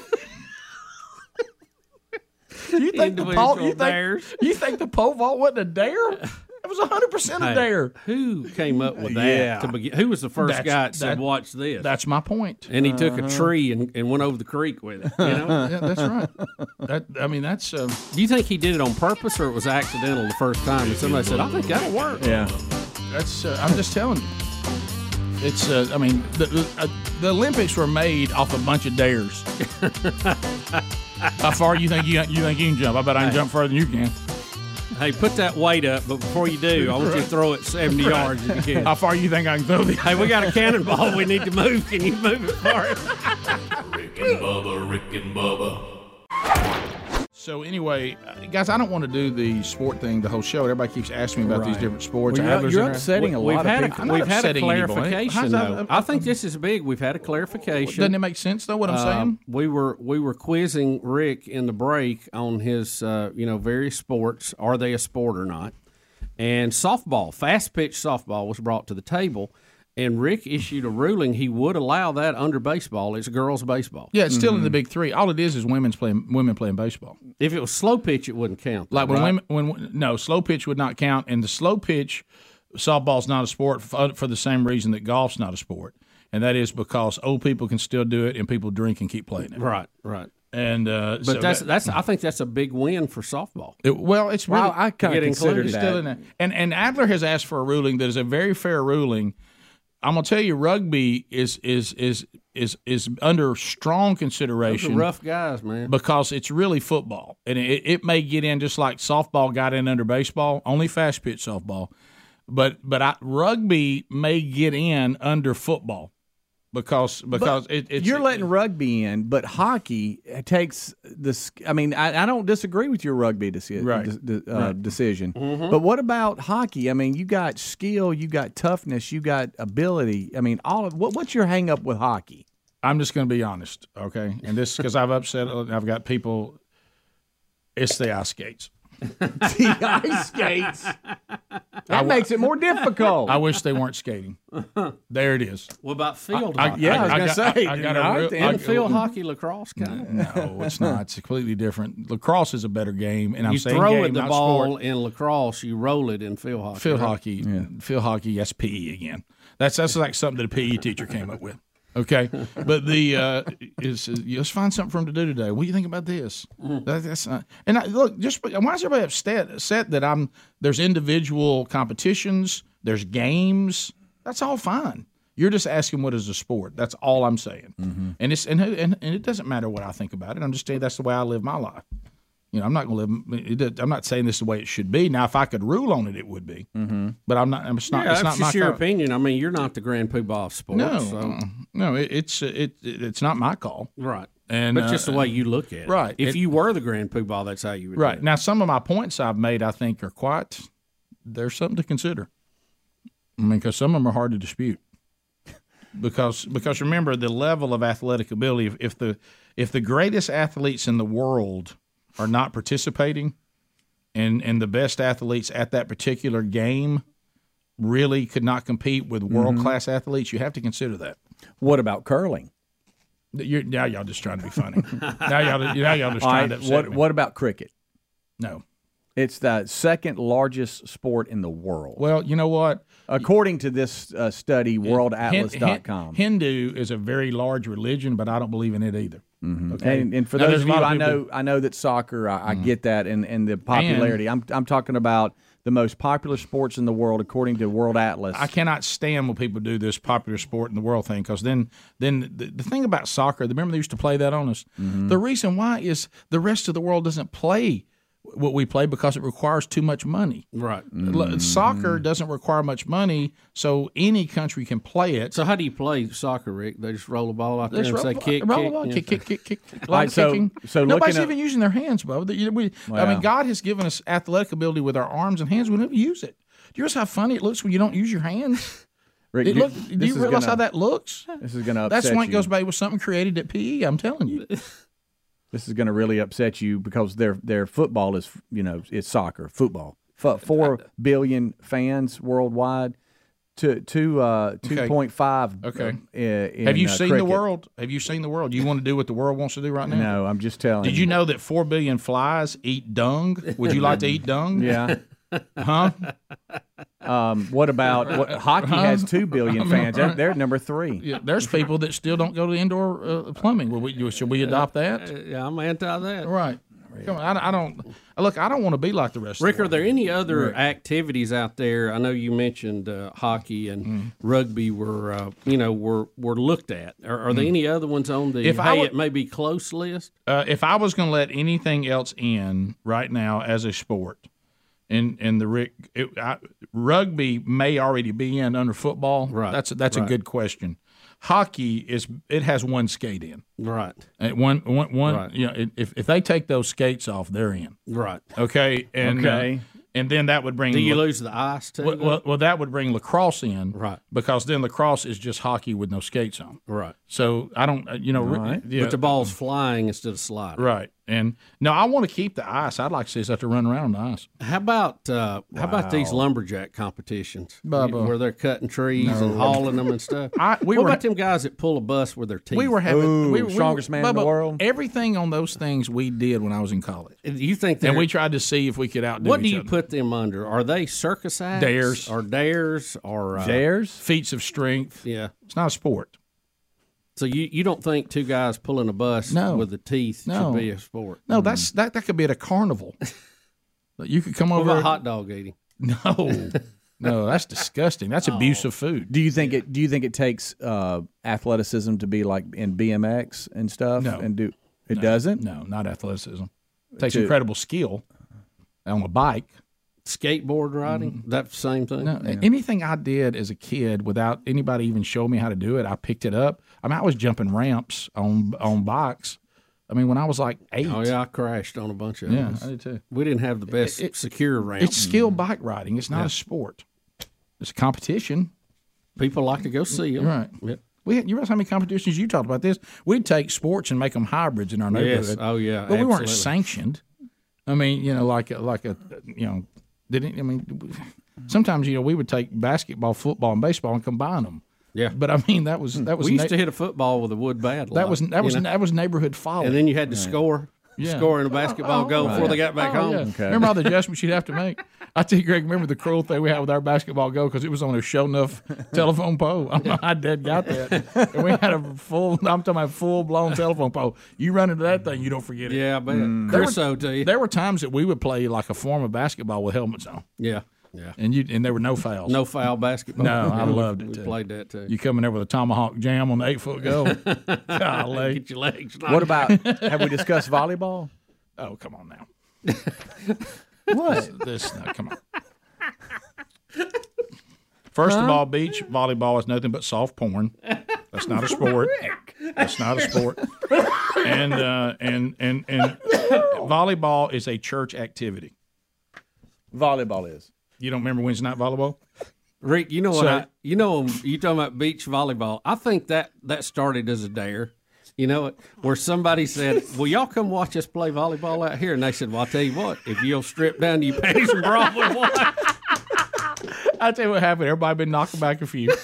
A: You, you think the pole?
B: Individual
A: You think,
B: dares.
A: you think the pole vault wasn't a dare? It was hundred percent a
B: Hey,
A: dare.
B: Who came up with that?
A: Yeah.
B: To begin, who was the first
A: That's-
B: guy that said,
A: that-
B: "Watch this"?
A: That's my point.
B: and he took a
A: Uh-huh.
B: tree and, and went over the creek with it. You know?
A: yeah, that's right. That, I mean, that's. Um,
B: Do you think he did it on purpose or it was accidental the first time? And somebody said, "I think that'll work."
D: Yeah.
A: That's. Uh, I'm just telling you. It's. Uh, I mean, the uh, the Olympics were made off a bunch of dares. How far you think you you think you can jump? I bet I can jump further than you can.
B: Hey, put that weight up, but before you do, I want you to throw it 70
A: Right.
B: yards if you can.
A: How far you think I can throw the?
B: Hey, we got a cannonball we need to move. Can you move it for us?
C: Rick and Bubba, Rick and Bubba.
A: So anyway, uh, guys, I don't want to do the sport thing the whole show. Everybody keeps asking me about these
D: Right.
A: different sports.
D: Well, you're-
A: Adler's
D: you're
A: in there.
D: upsetting a
B: We've
D: lot of
B: had
D: people.
A: I'm
B: a,
A: not
B: we've had a
A: upsetting anybody. How's
B: clarification.
A: that-
B: Though. I think this is big. We've had a clarification.
A: Doesn't it make sense though? What I'm
B: Uh,
A: saying?
B: we were we were quizzing Rick in the break on his uh, you know various sports. Are they a sport or not? And softball, fast pitch softball, was brought to the table, and Rick issued a ruling he would allow that under baseball. It's girls baseball.
A: Yeah, it's still in the
D: mm-hmm.
A: big three. All it is is women's playing women playing baseball.
B: If it was slow pitch, it wouldn't count.
A: Like when
B: right?
A: women, when no slow pitch would not count, and the slow pitch softball's not a sport for, for the same reason that golf's not a sport, and that is because old people can still do it and people drink and keep playing it.
B: Right, right.
A: And uh,
B: But
A: so
B: that's
A: that-
B: that's I think that's a big win for softball.
A: It- well, it's really,
B: Well, I kinda
A: Get
B: considered
A: included.
B: that.
A: Still in that. And and Adler has asked for a ruling that is a very fair ruling. I'm gonna tell you, rugby is is is is is under strong
B: Those are
A: consideration
B: rough guys, man.
A: because it's really football, and it, it may get in just like softball got in under baseball, only fast pitch softball, but but I, rugby may get in under football because because
D: But
A: it, it's
D: you're letting rugby in, but hockey takes this. I mean, I, I don't disagree with your rugby deci-
A: Right.
D: de- de- uh,
A: Right.
D: decision,
A: Mhm.
D: but what about hockey? I mean, you got skill, you got toughness, you got ability. I mean, all of what, what's your hang up with hockey?
A: I'm just going to be honest, okay? And this because I've upset. I've got people. It's the ice skates.
D: the ice skates. That makes it more difficult.
A: I wish they weren't skating. There it is.
B: What about field
A: I- I-
B: hockey?
A: Yeah, I was I gonna got- say, I- I got a
B: I,
A: real- I-
B: field hockey, lacrosse kind.
A: No, it's not. It's completely different. Lacrosse is a better game, and I'm
B: you
A: saying
B: throw
A: game,
B: it the
A: not
B: ball
A: sport.
B: in lacrosse, you roll it in field hockey.
A: Field
B: right?
A: hockey, field hockey. Yes, PE again. That's that's like something that a PE teacher came up with. Okay, but the uh, is is- let's find something for him to do today. What do you think about this?
B: Mm.
A: That, that's not, and I, look, just why is everybody upset? Upset that I'm there's individual competitions, there's games. That's all fine. You're just asking what is a sport. That's all I'm saying. And it's and, who- and and it doesn't matter what I think about it. I'm just saying that's the way I live my life. You know, I'm not going to live. It, does- I'm not saying this is the way it should be. Now, if I could rule on it, it would be. Mm-hmm. But I'm not. I'm it's not.
B: yeah,
A: it's
B: that's
A: not my
B: just your
A: call.
B: opinion. I mean, you're not the grand poobah of sports.
A: No,
B: so.
A: no, it, it's it, it. It's not my call.
B: right.
A: And
B: but just the
A: uh,
B: way you look at it,
A: right.
B: If
A: It-
B: you were the grand poobah, that's how you would. do
A: Right now, some of my points I've made, I think, are quite. There's something to consider. I mean, because some of them are hard to dispute. Because because remember the level of athletic ability. If, if the if the greatest athletes in the world are not participating, and and the best athletes at that particular game really could not compete with
D: Mm-hmm.
A: world class athletes, you have to consider that.
D: What about curling?
A: You're, now y'all just trying to be funny. now y'all now y'all just
D: All
A: trying to
D: right,
A: upset
D: what
A: me.
D: what about cricket?
A: No.
D: It's the second largest sport in the world.
A: Well, you know what?
D: According to this uh, study,
A: Hin- Hin-
D: worldatlas.com.
A: Hindu is a very large religion, but I don't believe in it either. Okay.
D: And, and for
A: Now,
D: those
A: there's
D: of
A: a
D: you,
A: lot
D: I
A: people- Mm.
D: know, I know that soccer, I, I get that, and, and the popularity. I'm, I'm talking about the most popular sports in the world according to World Atlas.
A: I cannot stand when people do this popular sport in the world thing because then, then the, the thing about soccer, remember they used to play that on us. The reason why is the rest of the world doesn't play what we play because it requires too much money.
B: Right.
A: L- Soccer doesn't require much money, so any country can play it.
B: So how do you play soccer, Rick? They just roll the ball out there
A: Let's
B: and
A: roll
B: say
A: the ball-
B: kick,
A: roll the
B: kick,
A: ball,
B: yeah.
A: kick, kick, kick, kick, kick.
B: All right,
A: Lot of
B: so-
A: kicking.
B: so
A: nobody's
B: looking at-
A: even using their hands, Bubba. The- you- we- I
B: Wow.
A: mean, God has given us athletic ability with our arms and hands. We never use it. Do you realize how funny it looks when you don't use your hands?
D: Rick,
A: It
D: you-
A: look- do
D: this
A: you
D: is
A: realize
D: gonna-
A: how that looks?
D: This is going to upset
A: That's why it
D: you.
A: goes by with something created at PE. I'm telling you.
D: This is going to really upset you because their their football is you know it's soccer football. F- Four billion fans worldwide. To two uh,
A: Okay.
D: two point five.
A: Okay.
D: In,
A: Have you
D: uh,
A: seen the
D: cricket.
A: world? Have you seen the world? You want to do what the world wants to do right now?
D: No, I'm just telling.
A: Did you know that four billion flies eat dung? Would you like to eat dung?
D: Yeah.
A: Huh?
D: Um, what about what, hockey has two billion fans? They're, they're number three.
A: Yeah, there's people that still don't go to indoor uh, plumbing. Will we, should we adopt that?
B: Yeah, I'm anti that.
A: Right. Come on, I, I don't look. I don't want to be like the rest.
B: Rick, are there any other
A: Right.
B: activities out there? I know you mentioned uh, hockey and
A: Mm-hmm.
B: rugby were, uh, you know, were were looked at. Are, are there
A: Mm.
B: any other ones on the
A: If
B: hey,
A: I would-
B: it may be close list?
A: Uh, if I was going to let anything else in right now as a sport, and and the Rick it, I, rugby may already be in under football. Right. That's that's a
B: right.
A: good question. Hockey is it has one skate in.
B: Right.
A: At one one one.
B: Right.
A: You know, it- if if they take those skates off, they're in.
B: Right.
A: Okay. And
B: Okay.
A: uh, and then that would bring.
B: Do you
A: la-
B: lose the ice too?
A: Well, well, well, that would bring lacrosse in,
B: Right.
A: Because then lacrosse is just hockey with no skates on,
B: Right.
A: So I don't, uh, you know, re- yeah.
B: But the ball's flying instead of sliding.
A: Right. And no, I want to keep the ice. I'd like to see us have to run around on the ice.
B: How about uh, how about these
A: Wow.
B: lumberjack competitions
A: Bubba.
B: where they're cutting trees and
A: No.
B: hauling them and stuff?
A: I- we
B: what
A: were-
B: about them guys that pull a bus with their teeth?
A: We were having we, were- we, were- Bubba,
B: world.
A: Everything on those things we did when I was in college.
B: You think
A: and
B: they're-
A: we tried to see if we could outdo
B: What do
A: each
B: you
A: other.
B: put them under? Are they circus acts?
A: Dares.
B: Or dares? Or uh,
A: Dares? Feats of strength.
B: Yeah.
A: It's not a sport.
B: So you, you don't think two guys pulling a bus
A: No.
B: with the teeth
A: No.
B: should be a sport?
A: No, that's that that could be at a carnival. But you could come
B: What
A: over
B: about hot dog eating?
A: No. no, that's disgusting. That's
B: Oh.
A: abuse of food.
D: Do you think it? Do you think it takes uh, athleticism to be like in BMX and stuff?
A: No.
D: and do it doesn't?
A: No, not athleticism. It takes
D: To-
A: incredible skill on a bike.
B: skateboard riding, that same thing.
A: No, Anything I did as a kid without anybody even showing me how to do it, I picked it up. I mean, I was jumping ramps on on bikes. I mean, when I was like eight.
B: Oh yeah, I crashed on a bunch of
A: Yeah,
B: those.
A: I did too.
B: We didn't have the best
A: It- it-
B: secure ramp.
A: It's skill bike riding. It's not
B: Mm-hmm. Yeah.
A: a sport. It's a competition.
B: People like to go see 'em.
A: Right.
B: Yep.
A: We had, you remember how many competitions you talked about this? We'd take sports and make them hybrids in our neighborhood.
B: Yes. Oh, yeah,
A: But we weren't
B: absolutely.
A: sanctioned. I mean, you know, like a, like a, you know, didn't I mean? Sometimes you know we would take basketball, football, and baseball and combine them.
B: Yeah.
A: But I mean that was that was
B: Hmm. we used
A: na-
B: to hit a football with a wood bat. a
A: that
B: lot,
A: was
B: you
A: that was
B: know?
A: that was neighborhood folly.
B: and then you had to score,
A: Yeah.
B: score in a basketball goal before
A: yeah.
B: they got back
A: Oh,
B: home.
A: yeah. Remember all the adjustments you'd have to make? I tell you, Greg, remember the cruel thing we had with our basketball goal because it was on a show enough telephone pole. I don't know how I dad got that. And we had a full, I'm talking about full blown telephone pole. You run into that thing, you don't forget it.
B: Yeah, I bet.
A: There were-
B: Chris will tell you.
A: There were times that we would play like a form of basketball with helmets on.
B: Yeah, yeah.
A: And you and there were no fouls.
B: No foul basketball.
A: No, I
B: Yeah, we-
A: loved it.
B: we
A: too.
B: played that, too.
A: You come in there with a tomahawk jam on the eight foot goal. Golly.
B: Get your legs knocked.
D: What about? have we discussed volleyball?
A: Oh, come on now.
D: What?
A: This, this no, come on. First of
D: Huh?
A: all, beach volleyball is nothing but soft porn. That's not a sport. That's not a sport. And uh, and and and volleyball is a church activity.
D: Volleyball is.
A: You don't remember Wednesday night volleyball?
B: Rick, you know what?
A: So-
B: I, you know, you talking about beach volleyball. I think that that started as a dare. You know, it where somebody said, "Will y'all come watch us play volleyball out here?" And they said, "Well, I tell you what, if you'll strip down to your panties and bra, we'll watch."
A: I tell you what happened. Everybody been knocking back a few.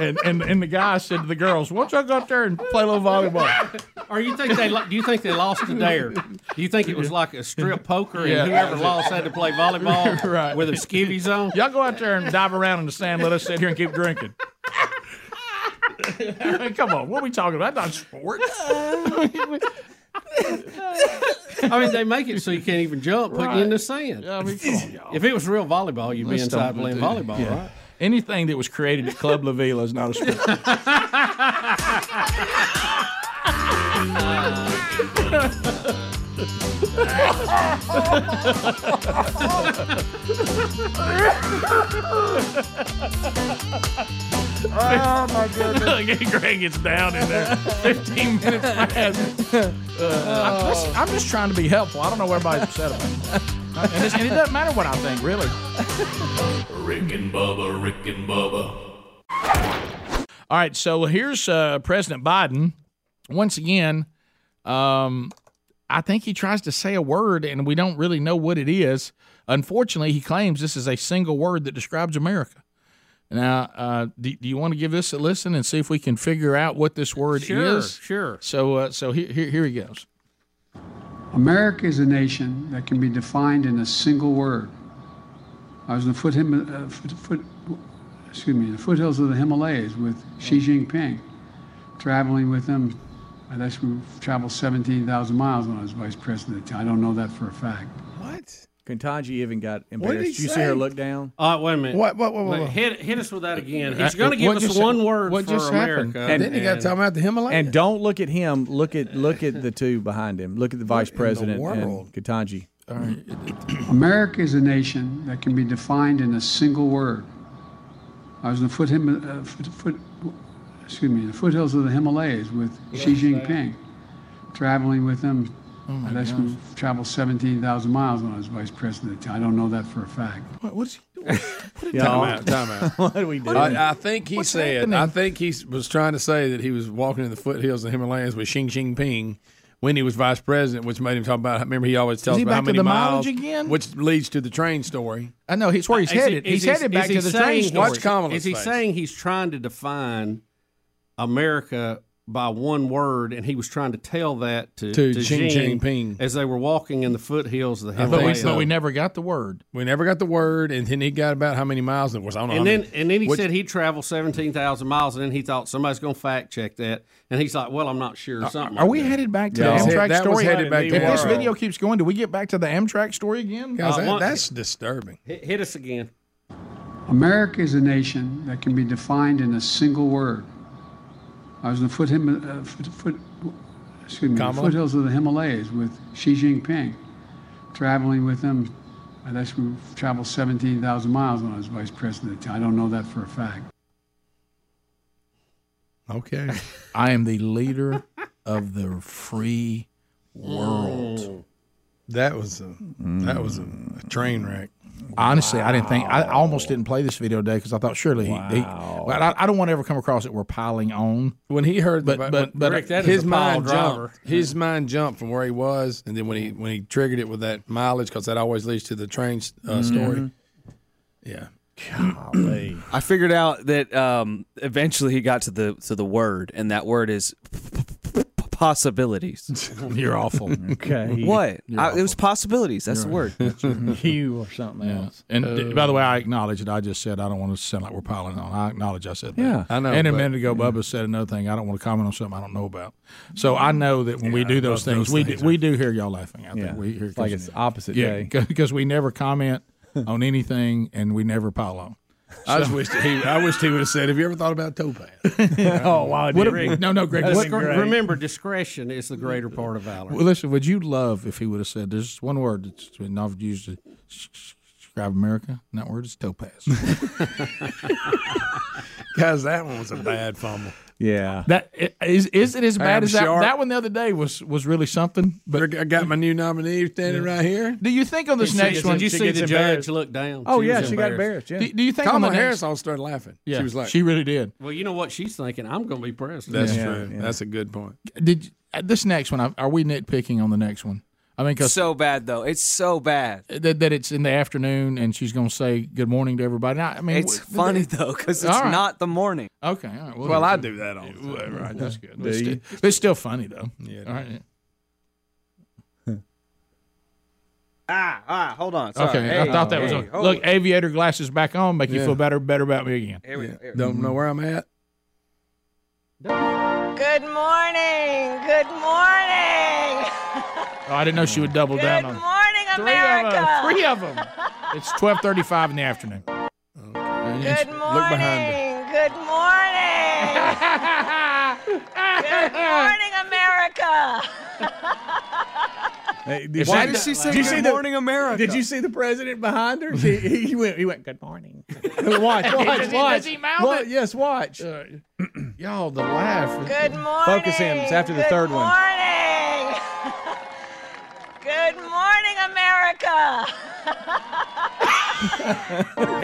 A: And, and and the guy said to the girls, "Why don't y'all go up there and play a little volleyball?"
B: Or you think they? lo- Do you think they lost a dare? Do you think it was like a strip poker and
A: Yeah.
B: whoever lost had to play volleyball
A: Right.
B: with a skivvies on?
A: Y'all go out there and dive around in the sand. Let us sit here and keep drinking. I mean, come on, what are we talking about? That's not sports.
B: I mean, they make it so you can't even jump, put you in the sand.
A: I mean, come on, y'all.
B: if it was real volleyball, you'd be
A: Let's don't
B: inside
A: do
B: playing
A: that.
B: volleyball,
A: Yeah.
B: right?
A: Anything that was created at Club La Vila is not a sport.
O: Oh, my goodness.
A: Greg gets down in there. 15 minutes fast. Uh, I'm,
B: Oh.
A: just, I'm just trying to be helpful. I don't know what everybody's upset about. And, it's- and it doesn't matter what I think, really.
C: Rick and Bubba, Rick and Bubba,
A: All right, so here's uh, President Biden once again. Um, I think he tries to say a word, and we don't really know what it is. Unfortunately, he claims this is a single word that describes America. Now, uh, do, do you want to give this a listen and see if we can figure out what this word
B: Sure,
A: is?
B: sure.
A: So, uh, so here, here, here he goes.
P: America is a nation that can be defined in a single word. I was in the foot, Him- uh, foot, foot excuse me, the foothills of the Himalayas with Xi Jinping, traveling with him. I guess we traveled 17,000 miles when I was vice president. I don't know that for a fact.
D: What? Kentanji even got
P: What
D: embarrassed.
P: did he
D: Did you see her
P: say?
D: look down?
B: Uh, wait a minute.
D: What- what- what- what-
B: Wait, Hit, hit us with that again.
A: Uh,
D: What-
B: He's going to give
D: what
B: us
D: just-
B: one word
D: what
B: for
D: just happened?
B: America.
D: And- Then he got
B: and-
D: time
F: I'm at the Himalayas.
D: And don't look at him. Look at look at the two behind him. Look at the vice
P: in the
D: president
P: world?
D: and Katanji.
P: America is a nation that can be defined in a single word. I was in the foot, Him- uh, foot, foot excuse me, the foothills of the Himalayas with Xi Jinping, traveling with him. I guess we traveled 17,000 miles when I was vice president. I don't know that for a fact.
A: What, what is he doing?
P: Yeah,
F: time
P: I'll-
F: out. Time out.
D: what are we
P: doing?
F: I, I think he
P: What's
F: said.
P: happening?
F: I think he s- was trying to say that he was walking in the foothills of the Himalayas with Xi Jinping when he was vice president, which made him talk about. Remember, he always tells
A: he
F: about how
A: back to
F: many
A: the
F: miles,
A: mileage again?
F: which leads to the train story.
A: I know he's where he's
B: Uh, Is he-
A: headed.
B: is
A: he's
B: he-
A: headed back
B: is he
A: to the
B: saying-
A: train story.
F: Watch Kamala's
B: Is he
F: face.
B: saying he's trying to define America by one word, and he was trying to tell that to,
F: To
B: to
F: Xi
B: Jinping
F: Jinping.
B: as they were walking in the foothills of the
F: I think
B: Himalayas?
F: so.
A: But we never got the word.
F: We never got the word, and then he got about how many miles it was. I don't know.
B: and
F: how
B: then
F: many-
B: and then he
F: which-
B: said he traveled seventeen thousand miles, and then he thought somebody's going to fact check that, and he's like, "Well, I'm not sure." or Something.
A: Are
B: like
A: we
B: that.
A: headed back to
B: Yeah.
A: the
B: That
A: Amtrak
B: was
A: story?
B: headed back to
A: if this
B: tomorrow.
A: video keeps going, do we get back to the Amtrak story again?
F: Guys,
P: that-
F: that's disturbing.
B: Hit, hit us again.
P: America is a nation that can be defined in a single word. I was in the foot, Him- uh, foot, foot excuse me, the
A: Mm.
F: Kamala?
P: foothills of the Himalayas with Xi Jinping, traveling with him. I actually traveled 17,000 miles when I was vice president. I don't know that for a fact.
A: Okay. I am the leader of the free world.
F: That was a that was a, a train wreck.
B: Oh,
A: Honestly, I didn't think. I almost didn't play this video today because I thought surely he. he well, I, I don't want to ever come across it. We're piling on.
F: When he heard,
A: but
F: But-
A: but
F: but
A: but
F: his mind jumped. His mind jumped from where he was, and then when he when he triggered it with that mileage, because that always leads to the train uh,
A: Mm-hmm.
F: story.
N: Mhm.
F: Yeah.
N: I figured out that um, eventually he got to the to the word, and that word is possibilities.
A: You're awful.
N: Okay. What?
A: You're
N: I, it was possibilities. That's the word.
A: you or something else. And d- by the way, I acknowledge it. I just said I don't want to sound like we're piling on. I acknowledge I said that.
N: Yeah. I know,
A: And a
N: but-
A: minute ago,
F: mm-hmm.
A: Bubba said another thing. I don't want to comment on something I don't know about. So I know that when we do those
Q: those
A: things, we
Q: things
A: do, we do hear y'all laughing. I
Q: Yeah.
A: think we hear
Q: It's like it's opposite day.
A: because we never comment on anything and we never pile on.
F: I just
A: So-
F: wished he I wished he would have said, "Have you ever thought about towpath?"
A: Oh, wow, What dude. a- no, no, Greg,
B: That's
A: what-
B: great.
A: Greg.
B: Remember, discretion is the greater part of valor.
A: Well, listen, would you love if he would have said, there's just one word that's been often used to describe America, and that word is topaz.
F: Guys, that one was a bad fumble.
R: Yeah.
A: That i- is is it as
F: Hey,
A: bad
F: I'm
A: as that?
F: sharp.
A: That one the other day was was really something. But
F: I got my new nominee standing right here.
A: Do you think on this
F: She
A: next
F: gets-
A: one?
F: did you see the judge
B: look down?
F: Oh, yeah, she got embarrassed, yeah.
A: Do, do you think on
F: Kamala
A: the next-
F: Harris all started laughing. She
A: Yeah,
F: was like-
A: she really did.
B: Well, you know what she's thinking. I'm going to be president.
F: That's true. That's a good point.
A: Did you- uh, this next one? I- Are we nitpicking on the next one? I mean, because
N: so bad though. It's so bad.
A: that, that it's in the afternoon and she's going to say good morning to everybody. I I mean,
N: It's
A: wh-
N: funny though because it's
A: All right.
N: not the morning.
A: Okay. All right,
N: Well, I
F: do that all.
A: Well, right. That's good.
N: Do
A: But it's,
N: you?
A: sti- but it's still funny though.
F: Yeah.
A: All right.
N: Ah, ah, hold on.
A: Okay. I thought that was
N: a
A: on. look. Aviator glasses back on. Make you
F: Yeah.
A: feel better. Better about me again.
N: Here we go. here we
A: Mm-hmm.
F: Don't know where I'm at.
O: Good morning. Good morning.
A: Oh, I didn't know she would double down on.
O: Morning,
A: Three of
O: America.
A: them. Three of them. It's twelve thirty-five in the afternoon.
O: Good morning. Good morning. Good morning, America.
A: If
D: Why
A: that-
D: did she say
A: Did you
D: good
A: see the-
D: morning,
N: America?
D: Did you see the president behind her? He, he- he went. He went. Good morning. watch. Watch.
A: Does he- does
D: watch.
A: he mouth
D: Wa-
A: it?
D: Yes. Watch.
A: y'all, the laugh.
O: Good morning.
D: Focus him. It's after the
O: Good
D: third one.
O: morning. Good morning, America.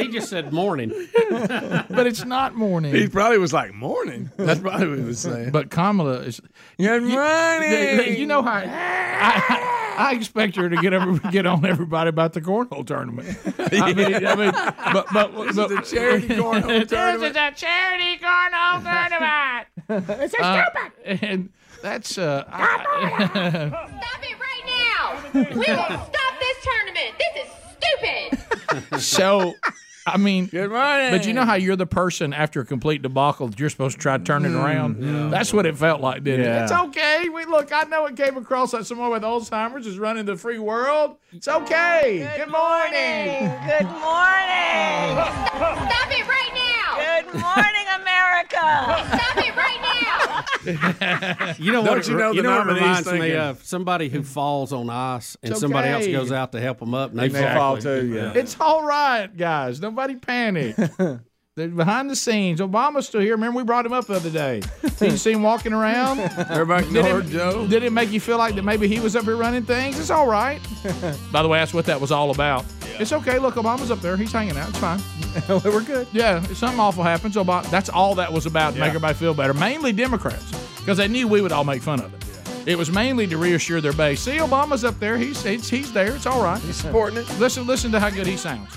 B: he just said morning.
A: but it's not morning.
F: He probably was like, "Morning." That's probably what he was saying.
A: But Kamala is.
F: Good morning.
A: You, know how I, I, I expect her to get every, get on everybody about the cornhole tournament. I mean, I mean, but but this
F: is a charity cornhole tournament.
A: a charity cornhole tournament.
S: it's
A: Uh, and that's uh. I,
S: Stop it right now! We will stop this tournament. This is stupid.
A: so. I mean, but you know how you're the person after a complete debacle that you're supposed to try to turn it around. That's what it felt like, didn't it?
Q: Yeah.
A: It's okay. We look. I know it came across like someone with Alzheimer's is running the free world. It's okay. Good, morning.
O: Good morning.
S: Stop it right now!
O: Good morning, America.
S: Stop it right now!
B: You know
F: Don't
B: what? it
F: you
B: re-
F: know the
B: you know what it
F: nominee's
B: reminds me
F: thinking?
B: of somebody who falls on ice, and
A: It's
B: somebody else
A: okay.
B: goes out to help them up, and they,
A: Exactly.
B: fall
A: It's all right, guys. Nobody panic. They're behind the scenes. Obama's still here. Remember, we brought him up the other day. Did you see him walking around?
F: Everybody
A: Did
F: ignored
A: it,
F: Joe.
A: did it make you feel like that maybe he was up here running things? It's all right. By the way, that's what that was all about. It's okay. Look, Obama's up there. He's hanging out. It's fine.
D: We're good.
A: Yeah, if something awful happens, Obama, that's all that was about to make everybody feel better. Mainly Democrats, because they knew we would all make fun of it. It was mainly to reassure their base. See, Obama's up there. He's he's, he's there. It's all right. He's
F: supporting it.
A: Listen, listen to how good he sounds.